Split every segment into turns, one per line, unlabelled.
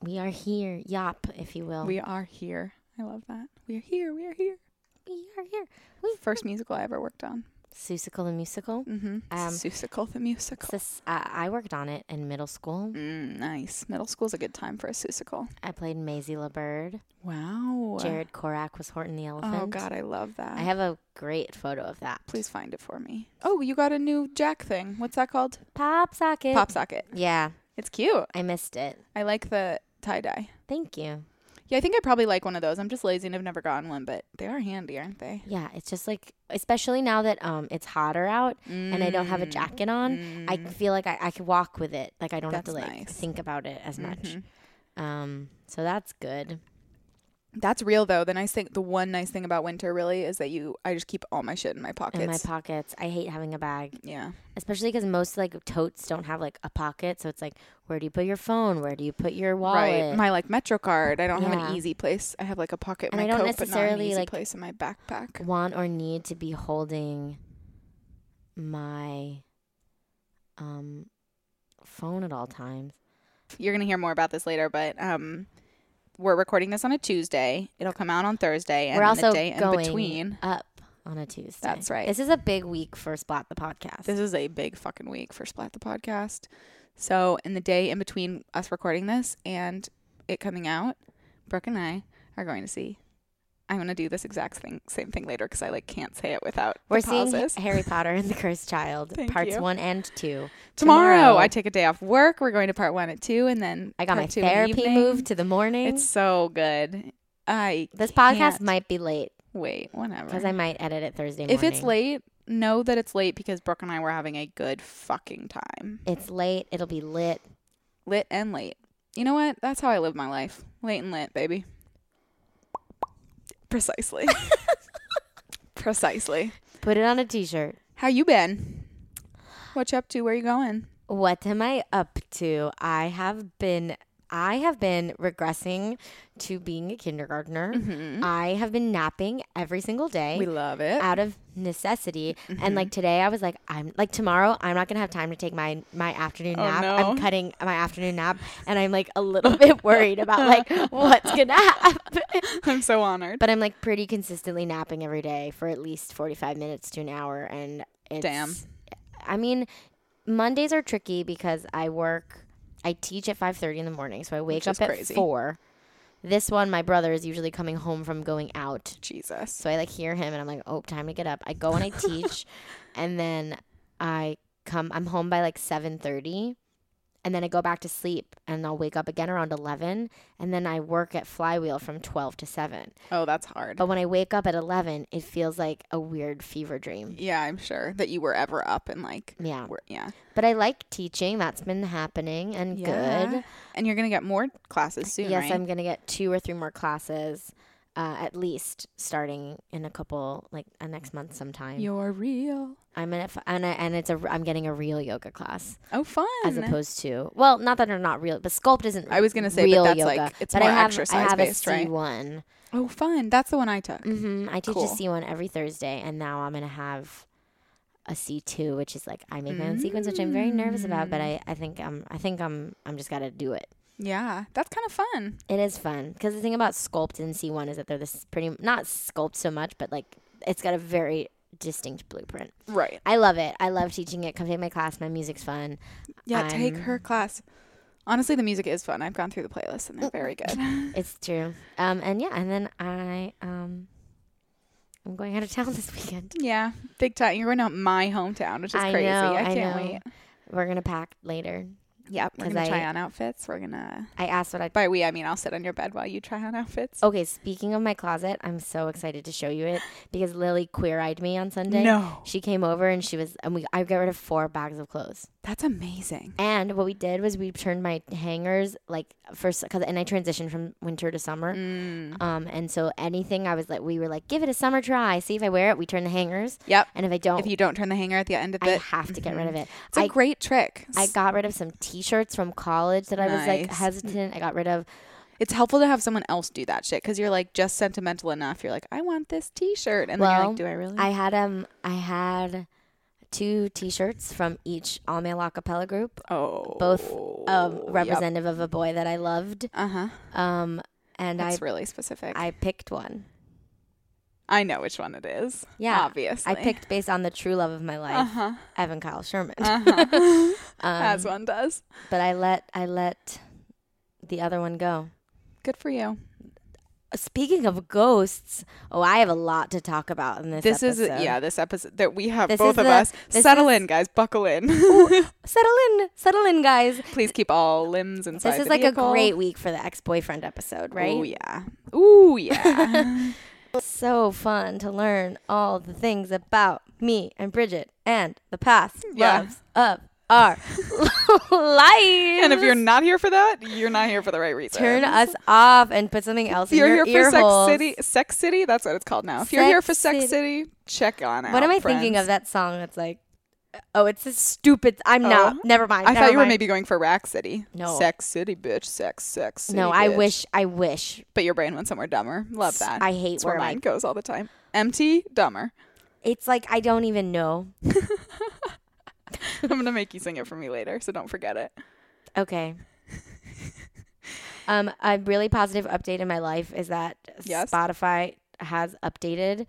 We are here, yop, if you will.
We are here. I love that. We are here, we are here.
We are here. We
First musical I ever worked on.
Susicle the musical.
Mm-hmm.
Um,
Susicle the musical.
Sus- uh, I worked on it in middle school.
Mm, nice. Middle school's a good time for a Susicle.
I played Maisie LaBird.
Wow.
Jared Korak was Horton the elephant.
Oh, God, I love that.
I have a great photo of that.
Please find it for me. Oh, you got a new jack thing. What's that called?
Pop socket.
Pop socket.
Yeah,
It's cute.
I missed it.
I like the tie dye.
Thank you.
Yeah, I think I probably like one of those. I'm just lazy and have never gotten one, but they are handy, aren't they?
Yeah, it's just like, especially now that um it's hotter out and I don't
Mm.
have a jacket on, I feel like I, I could walk with it. Like I don't have to
That's
like
nice. Mm-hmm.
think about it as much. Um, so that's good.
That's real though. The nice thing, the one nice thing about winter really is that you, I just keep all my shit in my pockets.
In my pockets, I hate having a bag.
yeah,
especially because most like totes don't have like a pocket so it's like where do you put your phone where do you put your wallet
right. My like Metro card. I don't have
Yeah.
an easy place. I have like a pocket. in
And
my
I don't
coat, but not an
necessarily,
easy
like-
place in my backpack.
want or need to be holding my um phone at all times
You're gonna hear more about this later, but um, we're recording this on a Tuesday. It'll come out on Thursday, and
we're
then
also
the day
going
in between.
up on a tuesday
That's right.
this is a big week for spot the podcast
This is a big fucking week for Splat the podcast. So, in the day in between us recording this and it coming out, Brooke and I are going to see. I'm going to do this exact thing, same thing later because I like can't say it without
we're
the
seeing
pauses.
harry potter and the cursed child
Thank
parts
you.
one and two
tomorrow, I take a day off work. We're going to part one at two, and then
I got my
part two in the
therapy
evening.
moved to the morning
It's so good. I
this podcast
can't
might be late
wait whenever
because i might edit it thursday morning
if it's late. Know that it's late because Brooke and I were having a good fucking time.
it's late it'll be lit
lit and late. You know what? That's how I live my life. Late and lit, baby. Precisely. Precisely.
put it on a t-shirt
How you been? What you up to? Where you going?
What am I up to? I have been I have been regressing to being a kindergartner. I have been napping every single day
Mm-hmm. We love it.
out of necessity. And
Mm-hmm.
like today I was like I'm like tomorrow I'm not going to have time to take my my afternoon
Oh,
nap.
no.
I'm cutting my afternoon nap and I'm like a little bit worried about like what's going to happen.
I'm so honored.
But I'm like pretty consistently napping every day for at least 45 minutes to an hour. And it's,
Damn.
I mean, Mondays are tricky because I work, I teach at 5.30 in the morning. So I wake
Which
up
is
at
crazy.
4. This one, my brother is usually coming home from going out.
Jesus.
So I like hear him and I'm like, oh, time to get up. I go and I teach. and then I come, I'm home by like 7.30. And then I go back to sleep and I'll wake up again around 11. And then I work at Flywheel from 12 to 7.
Oh, that's hard.
But when I wake up at 11, it feels like a weird fever dream.
Yeah, I'm sure that you were ever up and like.
Yeah.
were- yeah.
But I like teaching. That's been happening and
Yeah.
good.
And you're gonna get more classes soon,
yes,
right?
I'm going to get two or three more classes. uh, at least starting in a couple like uh, next month sometime.
You're real.
I'm in a, f- and, I, and it's a r- I'm getting a real yoga class
Oh, fun.
as opposed to well not that they're not real but sculpt isn't
I was gonna say, but
real
that's,
yoga,
like, it's
but
more
I have I have a
exercise-based, right?
C1
oh, fun. That's the one I took.
hmm I teach
Cool.
a C1 every Thursday, and now I'm going to have a C2, which is like I make my own sequence, which I'm very nervous about, but
Mm.
I, I think I'm I think I'm I'm just got to do it.
Yeah, that's kind of fun.
It is fun because the thing about sculpt and C1 is that they're this pretty not sculpt so much, but like it's got a very distinct blueprint.
Right.
I love it. I love teaching it. Come take my class. My music's fun.
Yeah, take
I'm-
her class. Honestly, the music is fun. I've gone through the playlist and they're very good.
It's true. Um and yeah, and then I um I'm going out of town this weekend.
yeah, big time. You're going to my hometown, which is
I
crazy.
know,
I
I
can't
know.
wait.
We're gonna pack later.
Yep, we're
'Cause
gonna try
I-
on outfits. We're gonna
I asked what I
by we I mean I'll sit on your bed while you try on outfits.
Okay, speaking of my closet, I'm so excited to show you it because Lily queer-eyed me on Sunday.
No.
She came over and she was and we I got rid of four bags of clothes.
That's amazing.
And what we did was we turned my hangers like first cuz and I transitioned from winter to summer.
Mm.
Um and so anything I was like we were like give it a summer try, see if I wear it, we turn the hangers.
Yep.
And if I don't
If you don't turn the hanger at the end of
Oh. I
it,
have to get rid of it.
Mm-hmm. it's a
I-
great trick.
I got rid of some t-shirts from college that I was like
Nice.
hesitant. I got rid of
it's helpful to have someone else do that shit because you're like just sentimental enough. You're like, I want this T-shirt, and then you're
Well,
like, Do I really?
I had um I had two t-shirts from each all male acapella group,
oh,
both um representative of a boy that I loved.
Uh huh.
Um and
That's
I
really specific. I,
I picked one.
know which one it is.
Yeah.
obviously.
I picked based on the true love of my life,
Uh huh.
Evan Kyle Sherman.
Uh-huh. As
um,
one does.
but I let I let the other one go.
Good for you.
Speaking of ghosts, oh, I have a lot to talk about in this.
This is uh,
episode.
yeah. This episode that we have
This
both
is
of
the-
us
this
settle
is-
in, guys. Buckle in.
Settle in, settle in, guys.
Please keep all limbs inside.
This is
the
like
vehicle.
a great week for the ex-boyfriend episode, right?
Oh yeah. Ooh yeah.
so fun to learn all the things about me and Bridget and the past
Yeah.
loves of our life.
and if you're not here for that, you're not here for the right reason.
turn us off and put something else
If you're
in your
here for
ear
Sex
holes.
City, Sex City. That's what it's called now. If you're here for
Sex
Sex City, check on out.
What am I thinking of
friends.
that song? That's like, oh, it's this stupid. I'm
Oh.
not. Never mind.
I
never
thought you were
mind.
maybe going for Rack City.
No.
Sex City, bitch. Sex, sex. City,
No, I
bitch.
wish. I wish.
But your brain went somewhere dumber. Love that.
I hate
That's where
where
mine
my-
goes all the time. Empty, dumber.
It's like I don't even know.
I'm gonna make you sing it for me later, so don't forget it.
Okay. um, a really positive update in my life is that
Yes.
Spotify has updated,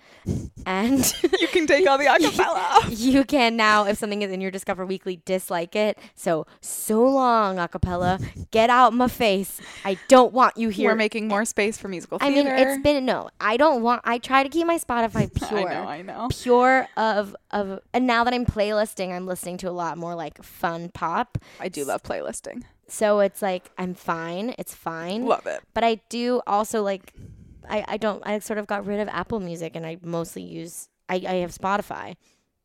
and
You can take all the acapella off.
you can now, if something is in your Discover Weekly, dislike it. So so long, acapella, get out my face. I don't want you here.
We're making more space for musical
I
theater.
mean, it's been no. I don't want. I try to keep my Spotify pure.
I know, I know.
Pure of of, and now that I'm playlisting, I'm listening to a lot more like fun pop.
I do love playlisting.
So it's like I'm fine. It's fine.
Love it.
But I do also like I, I don't I sort of got rid of Apple Music and I mostly use I, I have Spotify.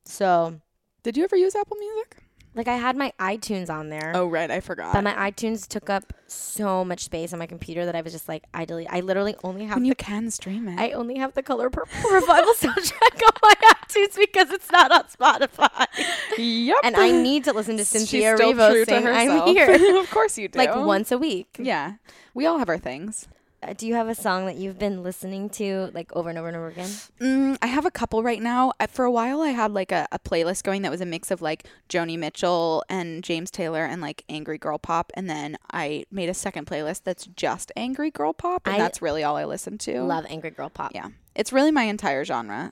So
Did you ever use Apple Music?
like I had my iTunes on there.
Oh right, I forgot.
But my iTunes took up so much space on my computer that I was just like I delete I literally only have
and you
the,
can stream it.
I only have the color purple revival soundtrack on my iTunes because it's not on Spotify.
yep.
And I need to listen to
She's
Cynthia
still
Revo
true to
sing I'm
herself.
here.
of course you do.
like once a week.
Yeah. We all have our things.
Uh, do you have a song that you've been listening to like over and over and over again?
Mm, I have a couple right now. I, for a while, I had like a, a playlist going that was a mix of like Joni Mitchell and James Taylor and like Angry Girl Pop. And then I made a second playlist that's just Angry Girl Pop. And
I
that's really all I listen to.
Love Angry Girl Pop.
Yeah. It's really my entire genre.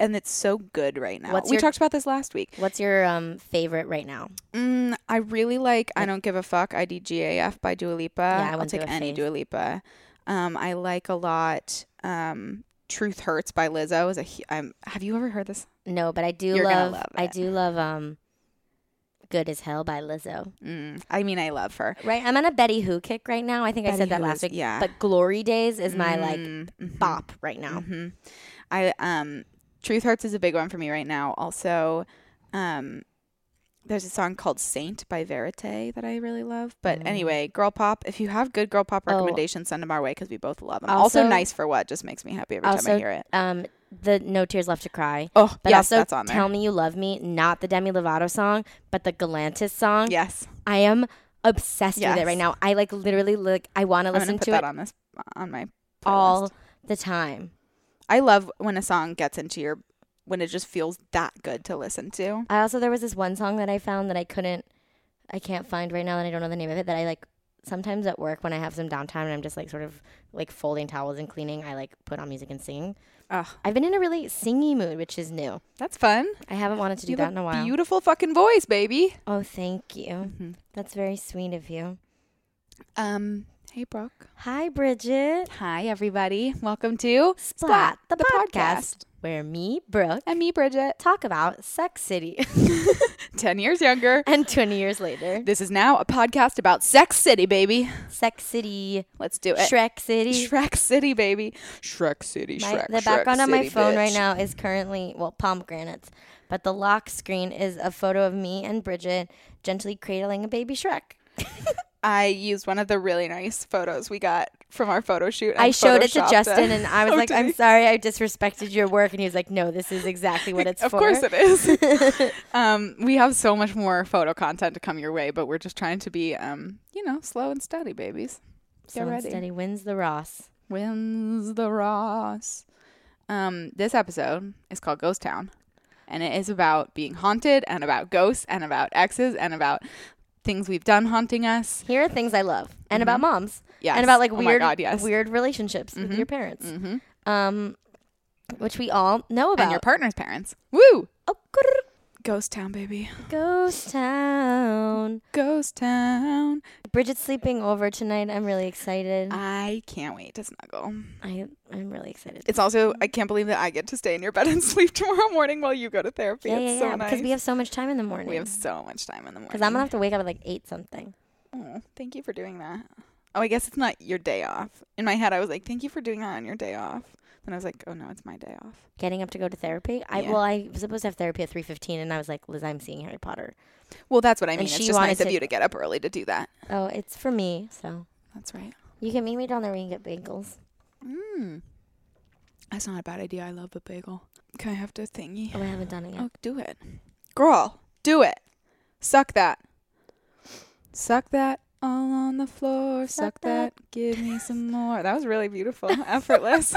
And it's so good right now.
What's
we
your-
talked about this last week.
What's your um favorite right now?
Mm, I really like I Don't Give a Fuck, IDGAF by Dua Lipa.
I
I'll
went through
take
a
any
phase.
Dua Lipa. Um, I like a lot um, Truth Hurts by Lizzo. Is a, hu- I'm, have you ever heard this?
No, but I do
You're gonna
love,
love
I
it.
do love um Good as Hell by Lizzo.
Mm, I mean, I love her.
Right? I'm on a Betty Who kick right now. I think I
Betty
said that
Who
last
is-
week.
yeah.
But Glory Days is my like
Mm, mhm,
bop right now.
mhm. I um, Truth Hurts is a big one for me right now. Also, um, there's a song called Saint by Verite that I really love. But anyway, girl pop. If you have good girl pop
Mm. Oh.
recommendations, send them our way because we both love them. Also,
Also-
nice for what just makes me happy every time I
also,
hear it.
um, the No Tears Left to Cry.
Oh,
But
yes,
also,
that's on there.
Tell Me You Love Me, not the Demi Lovato song, but the Galantis song.
yes,
I am obsessed with it
Yes.
right now. I like literally like I want to
I'm gonna
listen
put
to
that
it
on this on my
all
playlist.
the time.
I love when a song gets into your when it just feels that good to listen to.
I also there was this one song that I found that I couldn't I can't find right now and I don't know the name of it that I like sometimes at work when I have some downtime and I'm just like sort of like folding towels and cleaning, I like put on music and sing.
Ugh,
I've been in a really singy mood, which is new.
that's fun.
I haven't wanted to do
you
that
have
in a while.
beautiful fucking voice, baby.
oh, thank you. That's very sweet of you.
Um, hey Brooke.
Hi, Bridget.
Hi everybody. Welcome to
Splat, the, podcast, where me, Brooke,
And me, Bridget.
talk about Sex City.
Ten years younger.
and 20 years later,
This is now a podcast about Sex City, baby.
Sex City,
Let's do it.
Shrek City.
Shrek City, baby. Shrek City,
My-
Shrek
the
Shrek
background on my
City,
phone right
bitch.
now is currently, well, pomegranates, but the lock screen is a photo of me and Bridget gently cradling a baby Shrek.
I used one of the really nice photos we got from our photo shoot. and
I showed it to
photoshopped
Justin and I was
Oh,
like,
did
I'm
he?
sorry, I disrespected your work. And he was like, no, this is exactly what it's
of
for.
course it is. um, we have so much more photo content to come your way, but we're just trying to be, um, you know, slow and steady, babies. Get
So
ready.
instead, he wins the Ross.
Wins the Ross. Um, this episode is called Ghost Town, and it is about being haunted, and about ghosts, and about exes, and about things we've done haunting us.
Here are things I love, and about moms,
Mm-hmm. Yes.
and about like
Oh my
weird,
God, yes.
weird relationships with your parents,
Mhm.
um, which we all know about.
And your partner's parents. Woo!
oh, grrr,
Ghost Town, baby.
ghost town.
Ghost Town.
Bridget's sleeping over tonight. I'm really excited.
I can't wait to snuggle.
I I'm really excited.
It's also I can't believe that I get to stay in your bed and sleep tomorrow morning while you go to therapy.
yeah,
it's
yeah,
so
yeah.
nice.
Because we have so much time in the morning.
We have so much time in the morning.
Because I'm gonna have to wake up at like eight something.
Oh, thank you for doing that. Oh, I guess it's not your day off. In my head, I was like, "Thank you for doing that on your day off." Then I was like, "Oh no, it's my day off."
Getting up to go to therapy. I
Yeah.
well, I was supposed to have therapy at three fifteen, and I was like, Liz, I'm seeing Harry Potter.
Well, that's what I
And
mean. It's
she
just nice
wanted
of
to-
you to get up early to do that.
Oh, it's for me. So
That's right.
you can meet me down there. We can get bagels.
Mm. That's not a bad idea. I love a bagel. Can I have the thingy?
Oh, I haven't done it yet.
Oh, do it. Girl, do it. Suck that. Suck that all on the floor. Suck,
Suck
that.
that.
Give me some more. That was really beautiful. Effortless.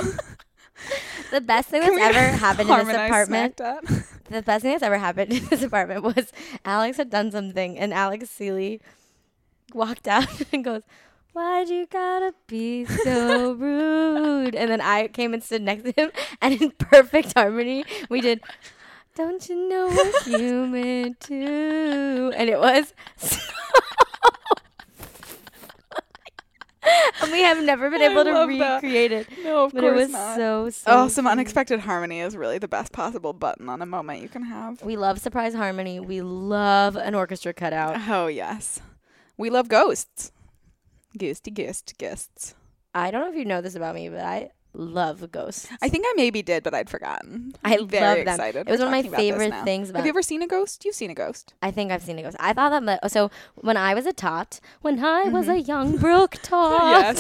The best thing
Can
that's
we
ever happened in this
harmonize
apartment.
smack that?
The best thing that's ever happened in this apartment was Alex had done something, and Alex Seeley walked out and goes, "Why'd you gotta be so rude?" And then I came and stood next to him, and in perfect harmony, we did. Don't you know we're human too? And it was. So and we have never been
I
able to
love that.
recreate it.
No, of
But it
course
was
not.
so, so.
oh, some
cute.
unexpected harmony is really the best possible button on a moment you can have.
We love surprise harmony. We love an orchestra cutout.
Oh, yes. We love ghosts. Ghosty, ghost, ghosts.
I don't know if you know this about me, but I love ghosts.
I think I maybe did, but I'd forgotten.
I
I'm
love
very
them.
excited.
It was
we're
one of my
talking about this
favorite
now.
things
Have
about-
you ever seen a ghost? You've seen a ghost.
I think I've seen a ghost. I thought that my, so when I was a tot, when I was
Mm-hmm.
a young brook tot,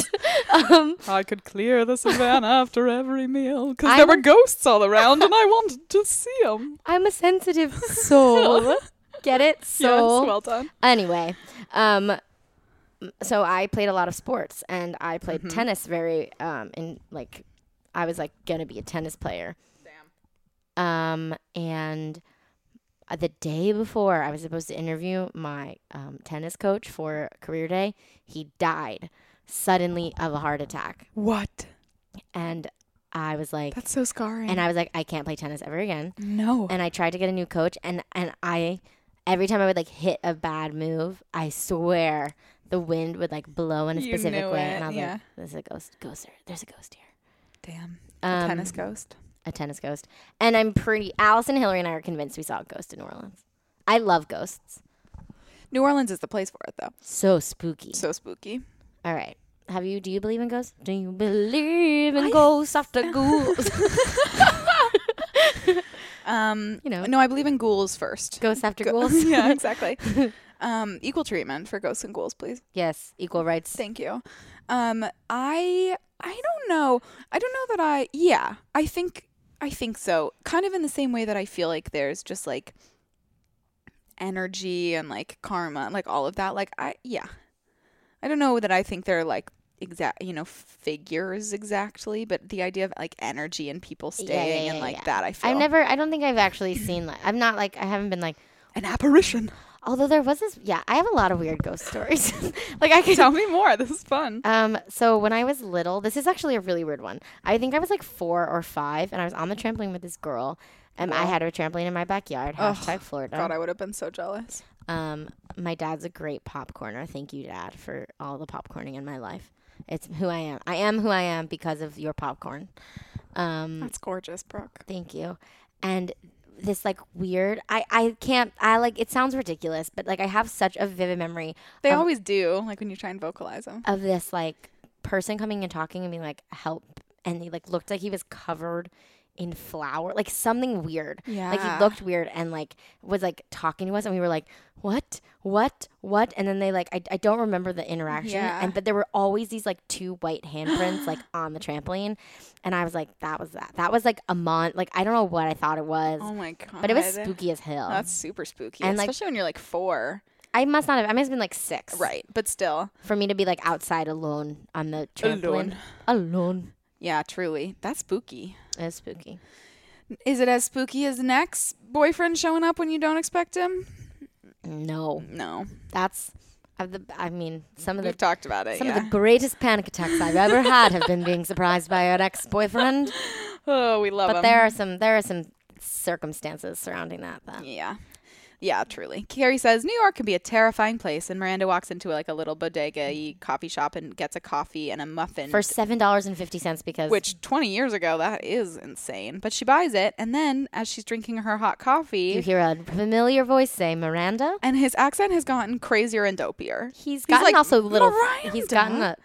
um,
I could clear the savannah after every meal because
I
there were
was-
ghosts all around and I wanted to see them.
I'm a sensitive soul. Get it? Soul.
yes, well done.
anyway, um, so I played a lot of sports and I played tennis very um in like I was like gonna be a tennis player. Damn. Um and uh, the day before I was supposed to interview my um, tennis coach for career day, he died suddenly of a heart attack,
What?
and I was like,
That's so scarring.
and I was like, I can't play tennis ever again
no.
and I tried to get a new coach and and I every time I would like hit a bad move, I swear the wind would like blow in a
You
specific
knew
way
it,
and I was
yeah.
like there's a ghost ghost there. There's a ghost here.
Damn.
Um,
tennis ghost.
A tennis ghost. And I'm pretty Allison Hillary and I are convinced we saw a ghost in New Orleans. I love ghosts.
New Orleans is the place for it, though.
So spooky.
So spooky.
All right. Have you do you believe in ghosts? Do you believe in ghosts after ghouls?
Um,
You know.
No, I believe in ghouls first.
Ghosts after
Go-
ghouls.
yeah, exactly. um, equal treatment for ghosts and ghouls, please.
Yes, equal rights.
Thank you. Um, I I don't know. I don't know that I. Yeah, I think I think so. Kind of in the same way that I feel like there's just like energy and like karma, and, like all of that. Like I yeah, I don't know that I think they're like exact you know figures exactly, but the idea of like energy and people
Yeah, yeah,
staying
yeah,
and like
yeah.
that I feel
I've never. I don't think I've actually seen. Like, I'm not like. I haven't been like.
an apparition.
Although there was this. Yeah, I have a lot of weird ghost stories. like I could.
Tell me more. This is fun.
Um, so when I was little, this is actually a really weird one. I think I was like four or five, and I was on the trampoline with this girl, and I had her trampoline in my backyard. Hashtag Florida.
God, I would have been so jealous.
Um, my dad's a great popcorner. Thank you, Dad, for all the popcorning in my life. It's who I am. I am who I am because of your popcorn. Um,
That's gorgeous, Brooke.
Thank you. And this like weird I, I can't I like it sounds ridiculous, but like I have such a vivid memory
They
Um,
always do, like when you try and vocalize them.
of this like person coming and talking and being like, help and he like looked like he was covered in flour. Like something weird. Like
Yeah.
he looked weird and like was like talking to us and we were like, What? What? What? And then they like I, I don't remember the interaction.
Yeah.
And but there were always these like two white handprints like on the trampoline. And I was like, That was that. That was like a month like I don't know what I thought it was.
Oh my god!
But it was spooky as hell.
That's super spooky,
And, like-
especially when you're like four,
I must not have. I must have been like six.
right? But still,
For me to be like outside alone on the trampoline. Alone.
yeah, truly, that's spooky.
It's spooky.
Is it as spooky as an ex boyfriend showing up when you don't expect him?
No,
No,
that's. I've the, I mean, some of the
we've talked about it.
some
yeah.
of the greatest panic attacks I've ever had have been being surprised by an ex-boyfriend.
oh, we love
But
'em.
there are some there are some circumstances surrounding that. That
Yeah. Yeah, truly. Carrie says New York can be a terrifying place, and Miranda walks into like a little bodega coffee shop and gets a coffee and a muffin
for seven dollars and fifty cents because
Which 20 years ago, that is insane. But she buys it. And then as she's drinking her hot
you
coffee,
hear a familiar voice say Miranda.
and his accent has gotten crazier and dopier.
He's gotten
like,
also little. He's
"Miranda?"
gotten a,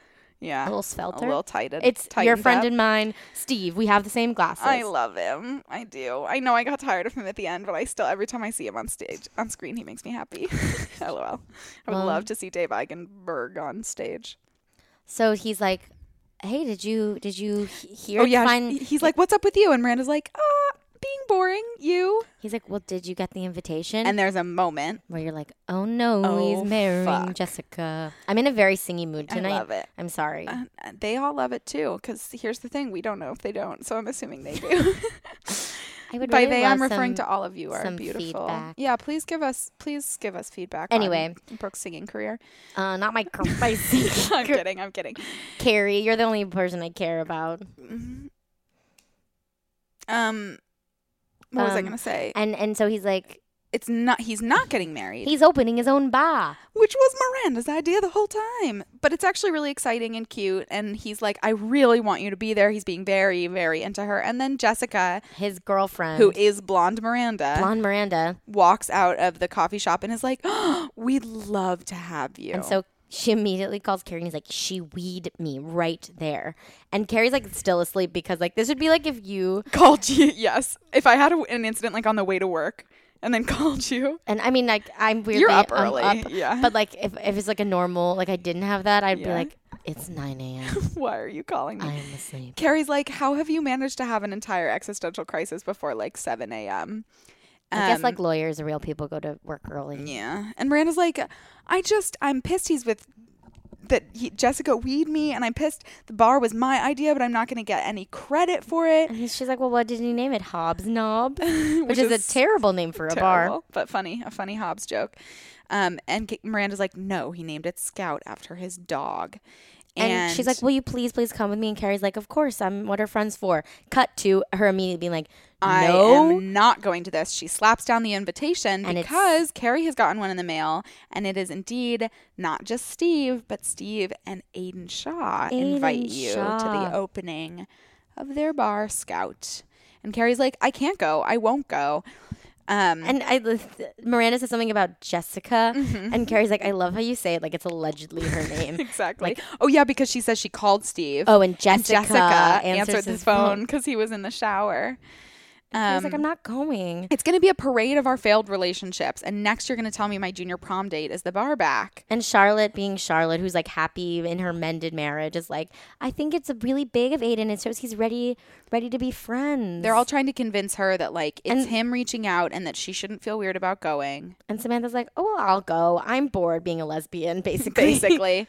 yeah,
a little svelter.
A little tighted.
It's your
tightened
friend
up.
and mine, Steve. We have the same glasses.
I love him. I do. I know I got tired of him at the end, but I still, every time I see him on stage, on screen, he makes me happy. LOL. I would
Um,
love to see Dave Eigenberg on stage.
So he's like, "Hey, did you did you he- hear?
Oh, yeah.
find-
he- He's like, What's up with you? And Miranda's like, Ah, being boring. You.
He's like, "Well, did you get the invitation?"
And there's a moment.
where you're like, "Oh no,
Oh,
he's marrying
fuck.
Jessica." I'm in a very singy mood
I
tonight.
love it.
I'm sorry.
Uh, they all love it too because here's the thing we don't know if they don't so i'm assuming they do
I would
by
really
they i'm
love
referring
some-
to all of you are
some
beautiful
feedback.
yeah please give us please give us feedback
Anyway.
on brooke's singing career
Uh, not my girl, my
i'm
singy
kidding i'm kidding
Carrie. You're the only person I care about.
Mm-hmm. um what was i
Um,
gonna say
And and so he's like,
it's not he's not getting married
he's opening his own bar.
which was Miranda's idea the whole time. But it's actually really exciting and cute. And he's like, I really want you to be there. He's being very, very into her. And then Jessica,
His girlfriend,
who is blonde Miranda,
blonde Miranda,
walks out of the coffee shop and is like, oh, "We'd love to have you."
And so she immediately calls Carrie and he's like, she weed me right there. And Carrie's like still asleep because like this would be like if you
called you. Yes, if I had a, an incident like on the way to work and then called you,
and I mean like I'm weirdly
You're up
I'm
early, yeah.
But like if, if it's like a normal like I didn't have that, I'd be
Yeah.
like, It's nine AM.
why are you calling me?
I am asleep.
Carrie's like, "How have you managed to have an entire existential crisis before like 7 a.m.?"
I guess
Um,
like lawyers and real people go to work early.
yeah. And Miranda's like, "I just I'm pissed he's with." That he, Jessica weed me, and I'm pissed. The bar was my idea, but I'm not going to get any credit for it.
And she's like, Well what did he name it? Hobbs Knob? Which,
Which
is,
is
a terrible name for a bar.
Terrible, but funny, a funny Hobbs joke. Um, and K- Miranda's like, no, he named it Scout after his dog.
And, she's like, Will you please, please come with me? And Carrie's like, Of course, I'm what are friends for? Cut to her immediately being like, No,
I am not going to this. She slaps down the invitation
And it's-
because Carrie has gotten one in the mail, and it is indeed not just Steve, but Steve and Aiden Shaw invite
Aidan
you to
Shaw.
the opening of their bar, Scout. And Carrie's like, I can't go. I won't go. Um,
And I, Miranda says something about Jessica,
Mm-hmm.
and Carrie's like, "I love how you say it, like it's allegedly her name."
Exactly. oh yeah, because she says she called Steve.
Oh, and
And
Jessica
Jessica answered
answers
his
his
phone
phone.
because he was in the shower.
I was like, I'm not going.
It's going to be a parade of our failed relationships. And next, you're going to tell me my junior prom date is the bar back.
And Charlotte, being Charlotte, who's like happy in her mended marriage, is like, I think it's a really big of Aiden. It shows he's ready, ready to be friends.
They're all trying to convince her that, like, it's
And-
him reaching out and that she shouldn't feel weird about going,
and Samantha's like, Oh well, I'll go. I'm bored being a lesbian, basically.
basically.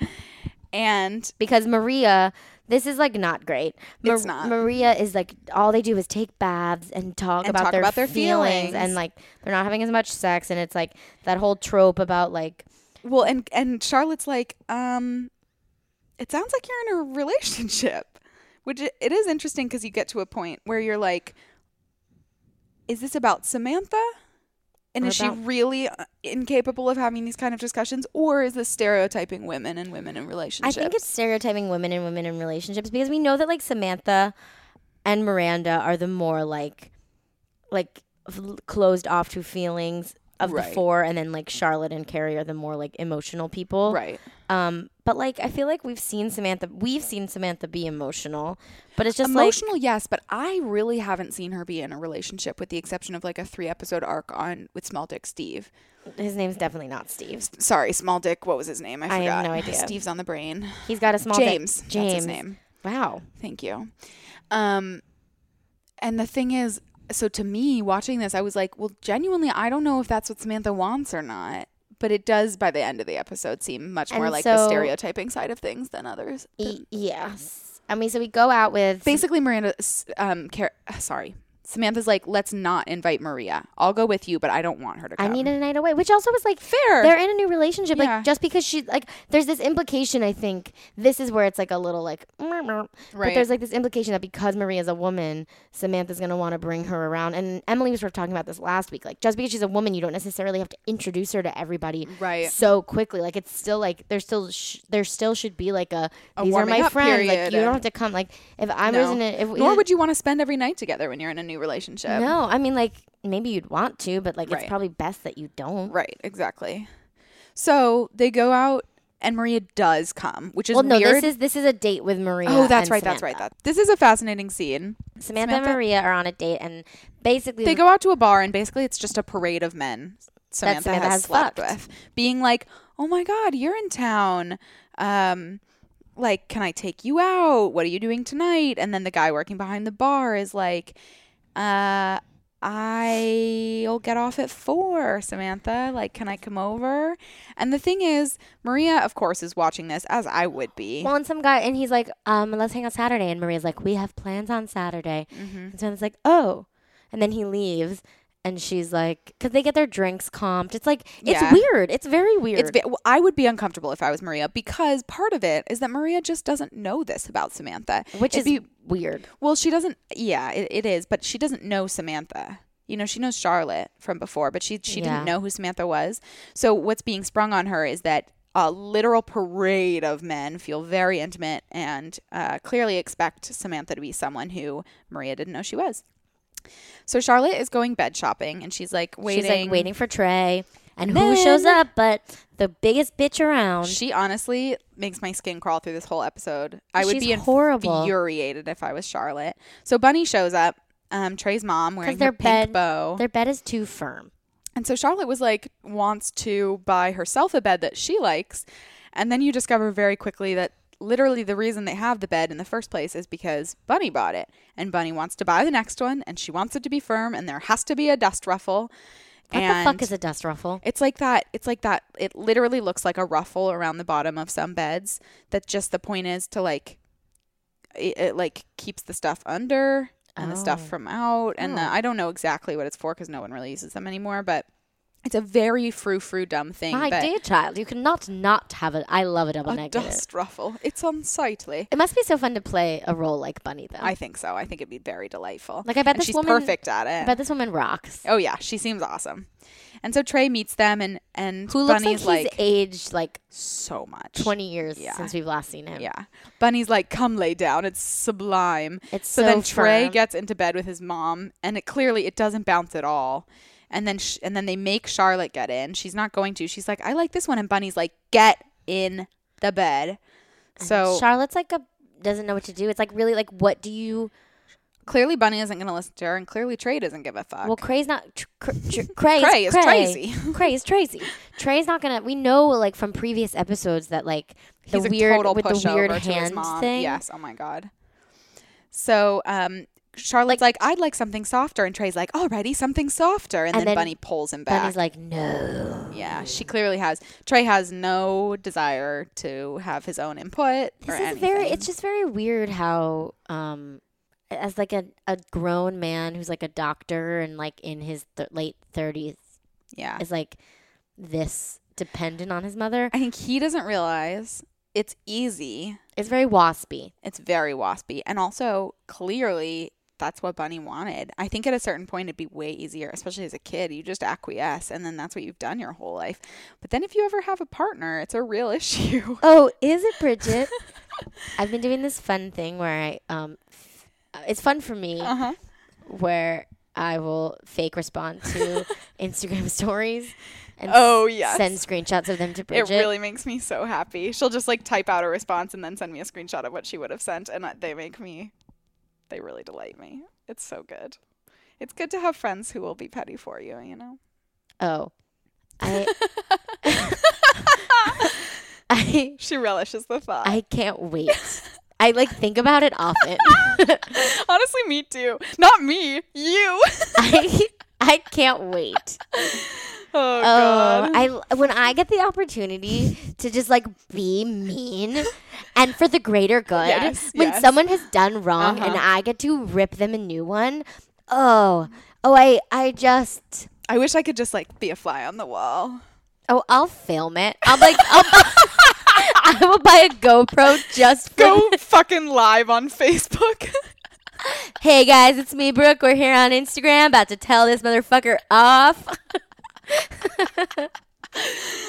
and
because Maria, this is like not great.
It's not.
Maria is like all they do is take baths and talk,
And
about,
talk
their
about their
feelings,
feelings.
and like they're not having as much sex, and it's like that whole trope about like
Well, and and Charlotte's like, um, it sounds like you're in a relationship, which i- it is interesting because you get to a point where you're like, is this about Samantha? And
Or
is she
about-
really uh, incapable of having these kind of discussions, or is this stereotyping women and women in
I
relationships?
think it's stereotyping women and women in relationships because we know that like Samantha and Miranda are the more like like f- closed off to feelings of
Right.
the four and then like Charlotte and Carrie are the more like emotional people.
right.
Um but like I feel like we've seen Samantha we've seen Samantha be emotional, but it's just
Emotional, yes, but I really haven't seen her be in a relationship, with the exception of like a three episode arc on with Small Dick Steve.
like his name's definitely not Steve.
Sorry, Small Dick. What was his name? I
I
forgot.
have no idea.
Steve's on the brain.
He's got a small dick.
James.
James.
That's his name.
Wow.
Thank you. Um, and the thing is, so to me, watching this, I was like, well, genuinely, I don't know if that's what Samantha wants or not. But it does, by the end of the episode, seem much more
And
like the
so-
stereotyping side of things than others.
E- yes. I mean so we go out with
Basically, Miranda, s- um, Car- sorry, Samantha's like, let's not invite Maria. I'll go with you, but I don't want her to come.
I needed a night away, which also was like
Fair.
They're in a new relationship,
Yeah.
like just because she like there's this implication. I think this is where it's like a little like, right. but
Right.
there's like this implication that because Maria's a woman, Samantha's gonna want to bring her around. And Emily was sort of talking about this last week. Like just because she's a woman, you don't necessarily have to introduce her to everybody
Right.
so quickly. Like it's still like there's still sh- there still should be like a,
A
these are
warming
my
up
friends.
period
Like you
and-
don't have to come. Like if I'm
No.
in it, if
Nor would you want to spend every night together when you're in a new relationship.
No, I mean like maybe you'd want to, but like
Right.
it's probably best that you don't.
Right, exactly. So they go out, and Maria does come, which is
Well, no,
weird.
this is this is a date with Maria.
oh, that's
and
right, that's right.
Samantha.
That this is a fascinating scene.
Samantha,
Samantha-
and Maria are on a date, and basically
They go out to a bar, and basically it's just a parade of men. Samantha,
Samantha
has,
has
slept
fucked.
with, being like, "Oh my God, you're in town. Um, like, can I take you out? What are you doing tonight?" And then the guy working behind the bar is like, "Uh." I'll get off at four, Samantha. Like, can I come over? And the thing is, Maria, of course, is watching this as I would be.
Well, and some guy, and he's like, um, let's hang out Saturday. And Maria's like, we have plans on Saturday.
Mm-hmm.
And Samantha's like, oh. And then he leaves, and she's like, because they get their drinks comped. It's like, it's
Yeah.
weird. It's very weird.
It's ve- well, I would be uncomfortable if I was Maria because part of it is that Maria just doesn't know this about Samantha,
which is
It'd be-
weird.
well, she doesn't. Yeah, it, it is, but she doesn't know Samantha. You know, she knows Charlotte from before, but she she
Yeah.
didn't know who Samantha was. So what's being sprung on her is that a literal parade of men feel very intimate and uh, clearly expect Samantha to be someone who Maria didn't know she was. So Charlotte is going bed shopping, and she's like waiting.
She's like waiting for Trey. And who shows
Then-
up but the biggest bitch around?
She honestly makes my skin crawl through this whole episode. I would
She's
be
horrible.
infuriated if I was Charlotte. So Bunny shows up, um, Trey's mom wearing
Because their
her pink
bed,
bow,
their bed is too firm.
and so Charlotte was like wants to buy herself a bed that she likes, and then you discover very quickly that literally the reason they have the bed in the first place is because Bunny bought it, and Bunny wants to buy the next one, and she wants it to be firm, and there has to be a dust ruffle.
What
and
the fuck is a dust ruffle?
it's like that. It's like that. It literally looks like a ruffle around the bottom of some beds. That just the point is to like, it, it like keeps the stuff under and the stuff
Oh.
from out. And the,
Oh.
I don't know exactly what it's for because no one really uses them anymore. But it's a very frou frou dumb thing.
My
but
dear child, you cannot not have it. I love a double
a
negative.
dust ruffle. It's unsightly.
It must be so fun to play a role like Bunny, though.
I think so. I think it'd be very delightful.
Like, I bet
And
this
she's
woman-
perfect at it.
but this woman rocks.
oh yeah, she seems awesome. And so Trey meets them, and and
Who looks like
Bunny's
he's aged like
so much.
20 years
Yeah.
since we've last seen him.
Yeah. Bunny's like, come lay down. It's sublime.
It's
so,
so
then Trey
firm.
gets into bed with his mom, and it clearly it doesn't bounce at all. And then sh- and then they make Charlotte get in. She's not going to. She's like, I like this one, and Bunny's like, get in the bed. So
Charlotte's like a doesn't know what to do. It's like really like what do you
Clearly, Bunny isn't going to listen to her, and clearly, Trey doesn't give a fuck.
Well, Cray's not. Tr- cr- tr- Cray,
Cray
is
is
crazy.
crazy.
Cray is crazy. Trey's not gonna. We know like from previous episodes that like the
He's
weird
a total
with the
pushover
weird
to his
hand
mom.
thing.
Yes. Oh my god. So, um, Charlotte's like, "I'd like something softer," and Trey's like, "Alrighty, something softer." And,
And
then,
then
Bunny pulls him back.
Bunny's like, no.
yeah, she clearly has. Trey has no desire to have his own input or
This is
anything.
very. It's just very weird how um. As like a, a grown man who's like a doctor and like in his th- late thirties
yeah.
is like this dependent on his mother.
I think he doesn't realize it's easy.
It's very waspy.
It's very waspy, and also clearly that's what Bunny wanted. I think at a certain point it'd be way easier, especially as a kid. You just acquiesce, and then that's what you've done your whole life. But then if you ever have a partner, it's a real issue.
Oh, is it Bridget? I've been doing this fun thing where I um, f- uh, it's fun for me
Uh-huh.
where I will fake respond to Instagram stories and
Oh,
s-
yes.
send screenshots of them to
It
Bridget.
really makes me so happy. She'll just like type out a response and then send me a screenshot of what she would have sent, and uh, they make me, they really delight me. It's so good. It's good to have friends who will be petty for you, you know?
oh, I I
She relishes the thought.
I can't wait. I like think about it often.
Honestly, me too. Not me, you.
I I can't wait.
oh,
Oh,
God.
I when I get the opportunity to just like be mean and for the greater good.
Yes,
when
yes. Uh-huh.
someone has done wrong and I get to rip them a new one, oh, oh, I, I just,
I wish I could just like be a fly on the wall.
oh, I'll film it. I'm like, I'll, I will buy a GoPro just for.
Go fucking live on Facebook.
Hey guys, it's me, Brooke. We're here on Instagram, about to tell this motherfucker off.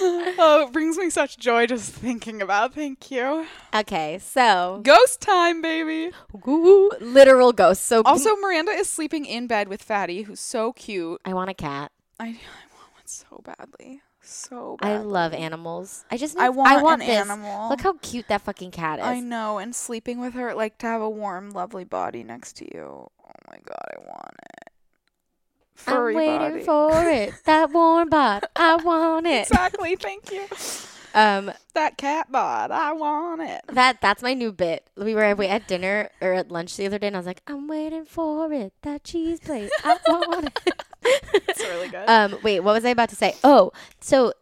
oh, it brings me such joy just thinking about. Thank you.
okay, so
Ghost time, baby.
Ooh, literal ghost. So
Also, Miranda is sleeping in bed with Fatty, who's so cute.
I want a cat.
I, I want one so badly. So
I
badly.
love animals. I just need,
I
I
want
want,
an
this.
animal.
Look how cute that fucking cat is.
I know, and sleeping with her, like to have a warm, lovely body next to you. Oh my god, I want it.
I'm
Furry
waiting
body.
for it. That warm bod. I want it.
exactly. Thank you.
Um,
That cat bod. I want it.
that that's my new bit. We were away at dinner or at lunch the other day, and I was like, I'm waiting for it. That cheese plate. I want it.
It's really good.
Um, wait, what was I about to say? Oh, so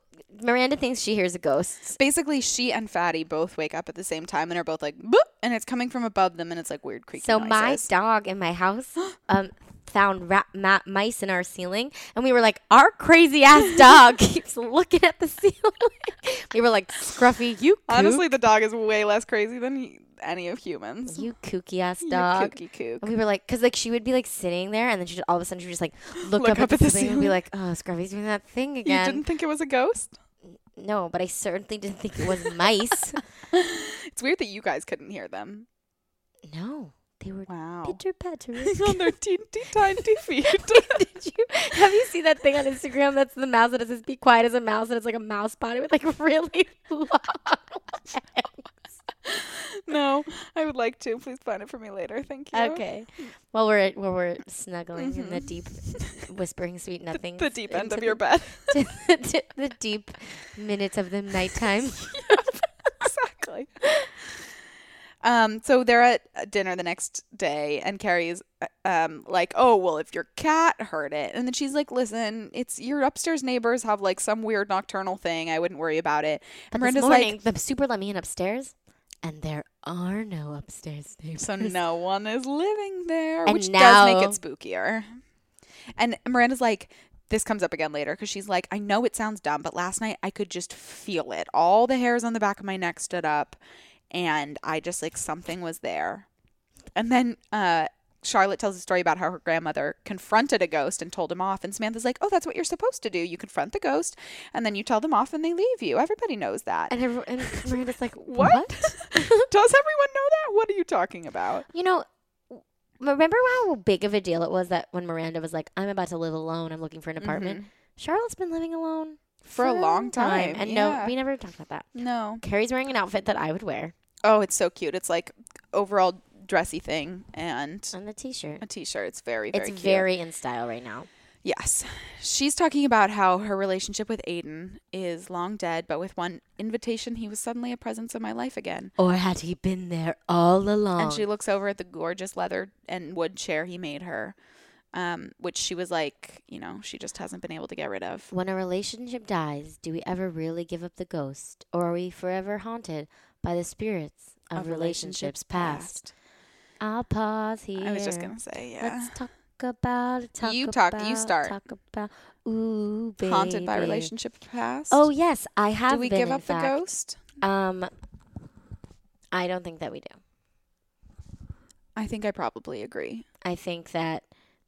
Miranda thinks she hears a ghost.
Basically, she and Fatty both wake up at the same time and are both like, Boop! and it's coming from above them, and it's like weird creaky
So my
noises.
dog in my house um found rat, ma- mice in our ceiling, and we were like, our crazy ass dog keeps looking at the ceiling. we were like, Scruffy, you kook.
Honestly, the dog is way less crazy than he- any of humans.
you kooky ass
You
dog.
kooky kook.
And we were like, because like she would be like sitting there, and then she all of a sudden she would just like look, up, at, the ceiling and be
ceiling.
like, "Oh, Scruffy's doing that thing
You
again."
didn't think it was a ghost?
no, but I certainly didn't think it was mice.
It's weird that you guys couldn't hear them.
no, they were
Wow.
pitter pattering.
On their teeny tiny feet.
Did you have you seen that thing on Instagram? That's the mouse that it says "Be quiet as a mouse," and it's like a mouse body with like really long. legs.
no, I would like to. Please find it for me later. Thank you.
okay, while we're while we're snuggling in the deep, whispering sweet nothing.
Mm-hmm. The deep end of your bed.
to the, to the deep minutes of the nighttime.
exactly. Um, so they're at dinner the next day, and Carrie's uh, um, like, "Oh, well, if your cat heard it," and then she's like, "Listen, it's your upstairs neighbors have like some weird nocturnal thing. I wouldn't worry about it."
But
And
this
Miranda's
morning,
like,
the super let me in upstairs, and there are no upstairs neighbors.
"So no one is living there,"
And
which does
now-
make it spookier. And Miranda's like. This comes up again later because she's like, I know it sounds dumb, but last night I could just feel it. All the hairs on the back of my neck stood up, and I just like something was there. And then uh, Charlotte tells a story about how her grandmother confronted a ghost and told him off. And Samantha's like, "Oh, that's what you're supposed to do. You confront the ghost, and then you tell them off, and they leave you. Everybody knows that.
And, everyone, and Miranda's like,
what?
what?
Does everyone know that? What are you talking about?
You know, w- remember how big of a deal it was that when Miranda was like, I'm about to live alone, I'm looking for an apartment. Charlotte's been living alone
Mm-hmm. For a long time,
And
yeah.
no, we never talked about that.
No.
Carrie's wearing an outfit that I would wear.
Oh, it's so cute. It's like overall dressy thing and
on the t-shirt.
a t-shirt. It's very, very
It's
cute.
very in style right now.
Yes. She's talking about how her relationship with Aiden is long dead, but with one invitation, he was suddenly a presence in my life again.
Or had he been there all along?
And she looks over at the gorgeous leather and wood chair he made her, um, which she was like, you know, she just hasn't been able to get rid of.
When a relationship dies, do we ever really give up the ghost, or are we forever haunted by the spirits of, relationships, past? I'll pause here.
I was just gonna say, yeah.
Let's talk about talk
You talk- you
About,
start.
Talk about. Ooh, baby.
Haunted by relationship past.
Oh yes, I have.
Do we
been,
give
in
up
fact.
the ghost?
Um, I don't think that we do.
I think I probably agree.
I think that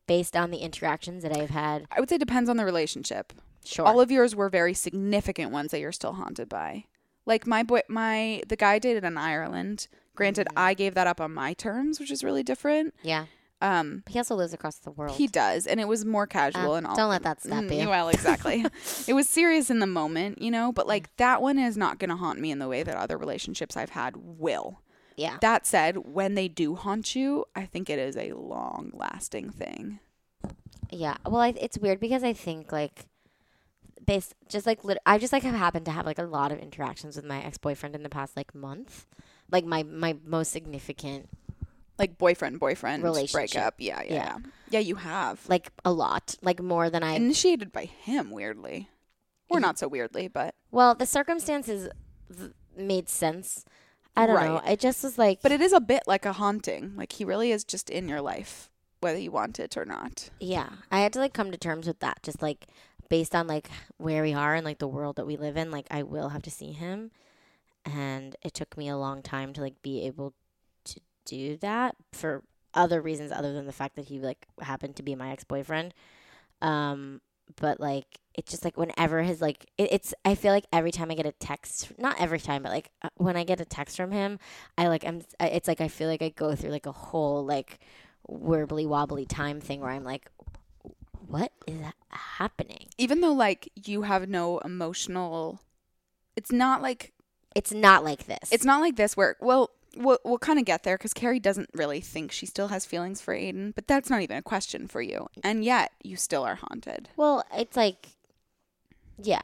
based on the interactions that I've had,
I would say it depends on the relationship.
sure.
All of yours were very significant ones that you're still haunted by. Like my boy, my the guy I dated in Ireland. Granted,
Mm-hmm.
I gave that up on my terms, which is really different.
yeah.
Um,
He also lives across the world.
he does, and it was more casual
Uh,
and all.
don't let that stop
Mm,
you.
Well, exactly. it was serious in the moment, you know, but like that one is not going to haunt me in the way that other relationships I've had will.
yeah.
That said, when they do haunt you, I think it is a long lasting thing.
Yeah. Well, I, it's weird because I think like based just like lit- I just like have happened to have like a lot of interactions with my ex boyfriend in the past like month, like my my most significant
Like boyfriend, boyfriend
Relationship.
breakup. Yeah, yeah,
Yeah.
yeah. Yeah, you have.
like a lot like more than I
initiated by him weirdly or not so weirdly but
well the circumstances th- made sense. I don't know.
Right.
It just was like
but it is a bit like a haunting like he really is just in your life whether you want it or not
yeah I had to like come to terms with that just like based on like where we are and like the world that we live in like I will have to see him and it took me a long time to like be able to do that for other reasons other than the fact that he like happened to be my ex-boyfriend um but like it's just like whenever his like it, it's i feel like every time i get a text not every time but like uh, when i get a text from him i like i'm I- it's like i feel like i go through like a whole like wirbly wobbly time thing where i'm like what is happening
even though like you have no emotional it's not like
it's not like this
it's not like this where well we'll, we'll kind of get there because carrie doesn't really think she still has feelings for aiden but that's not even a question for you and yet you still are haunted
well it's like yeah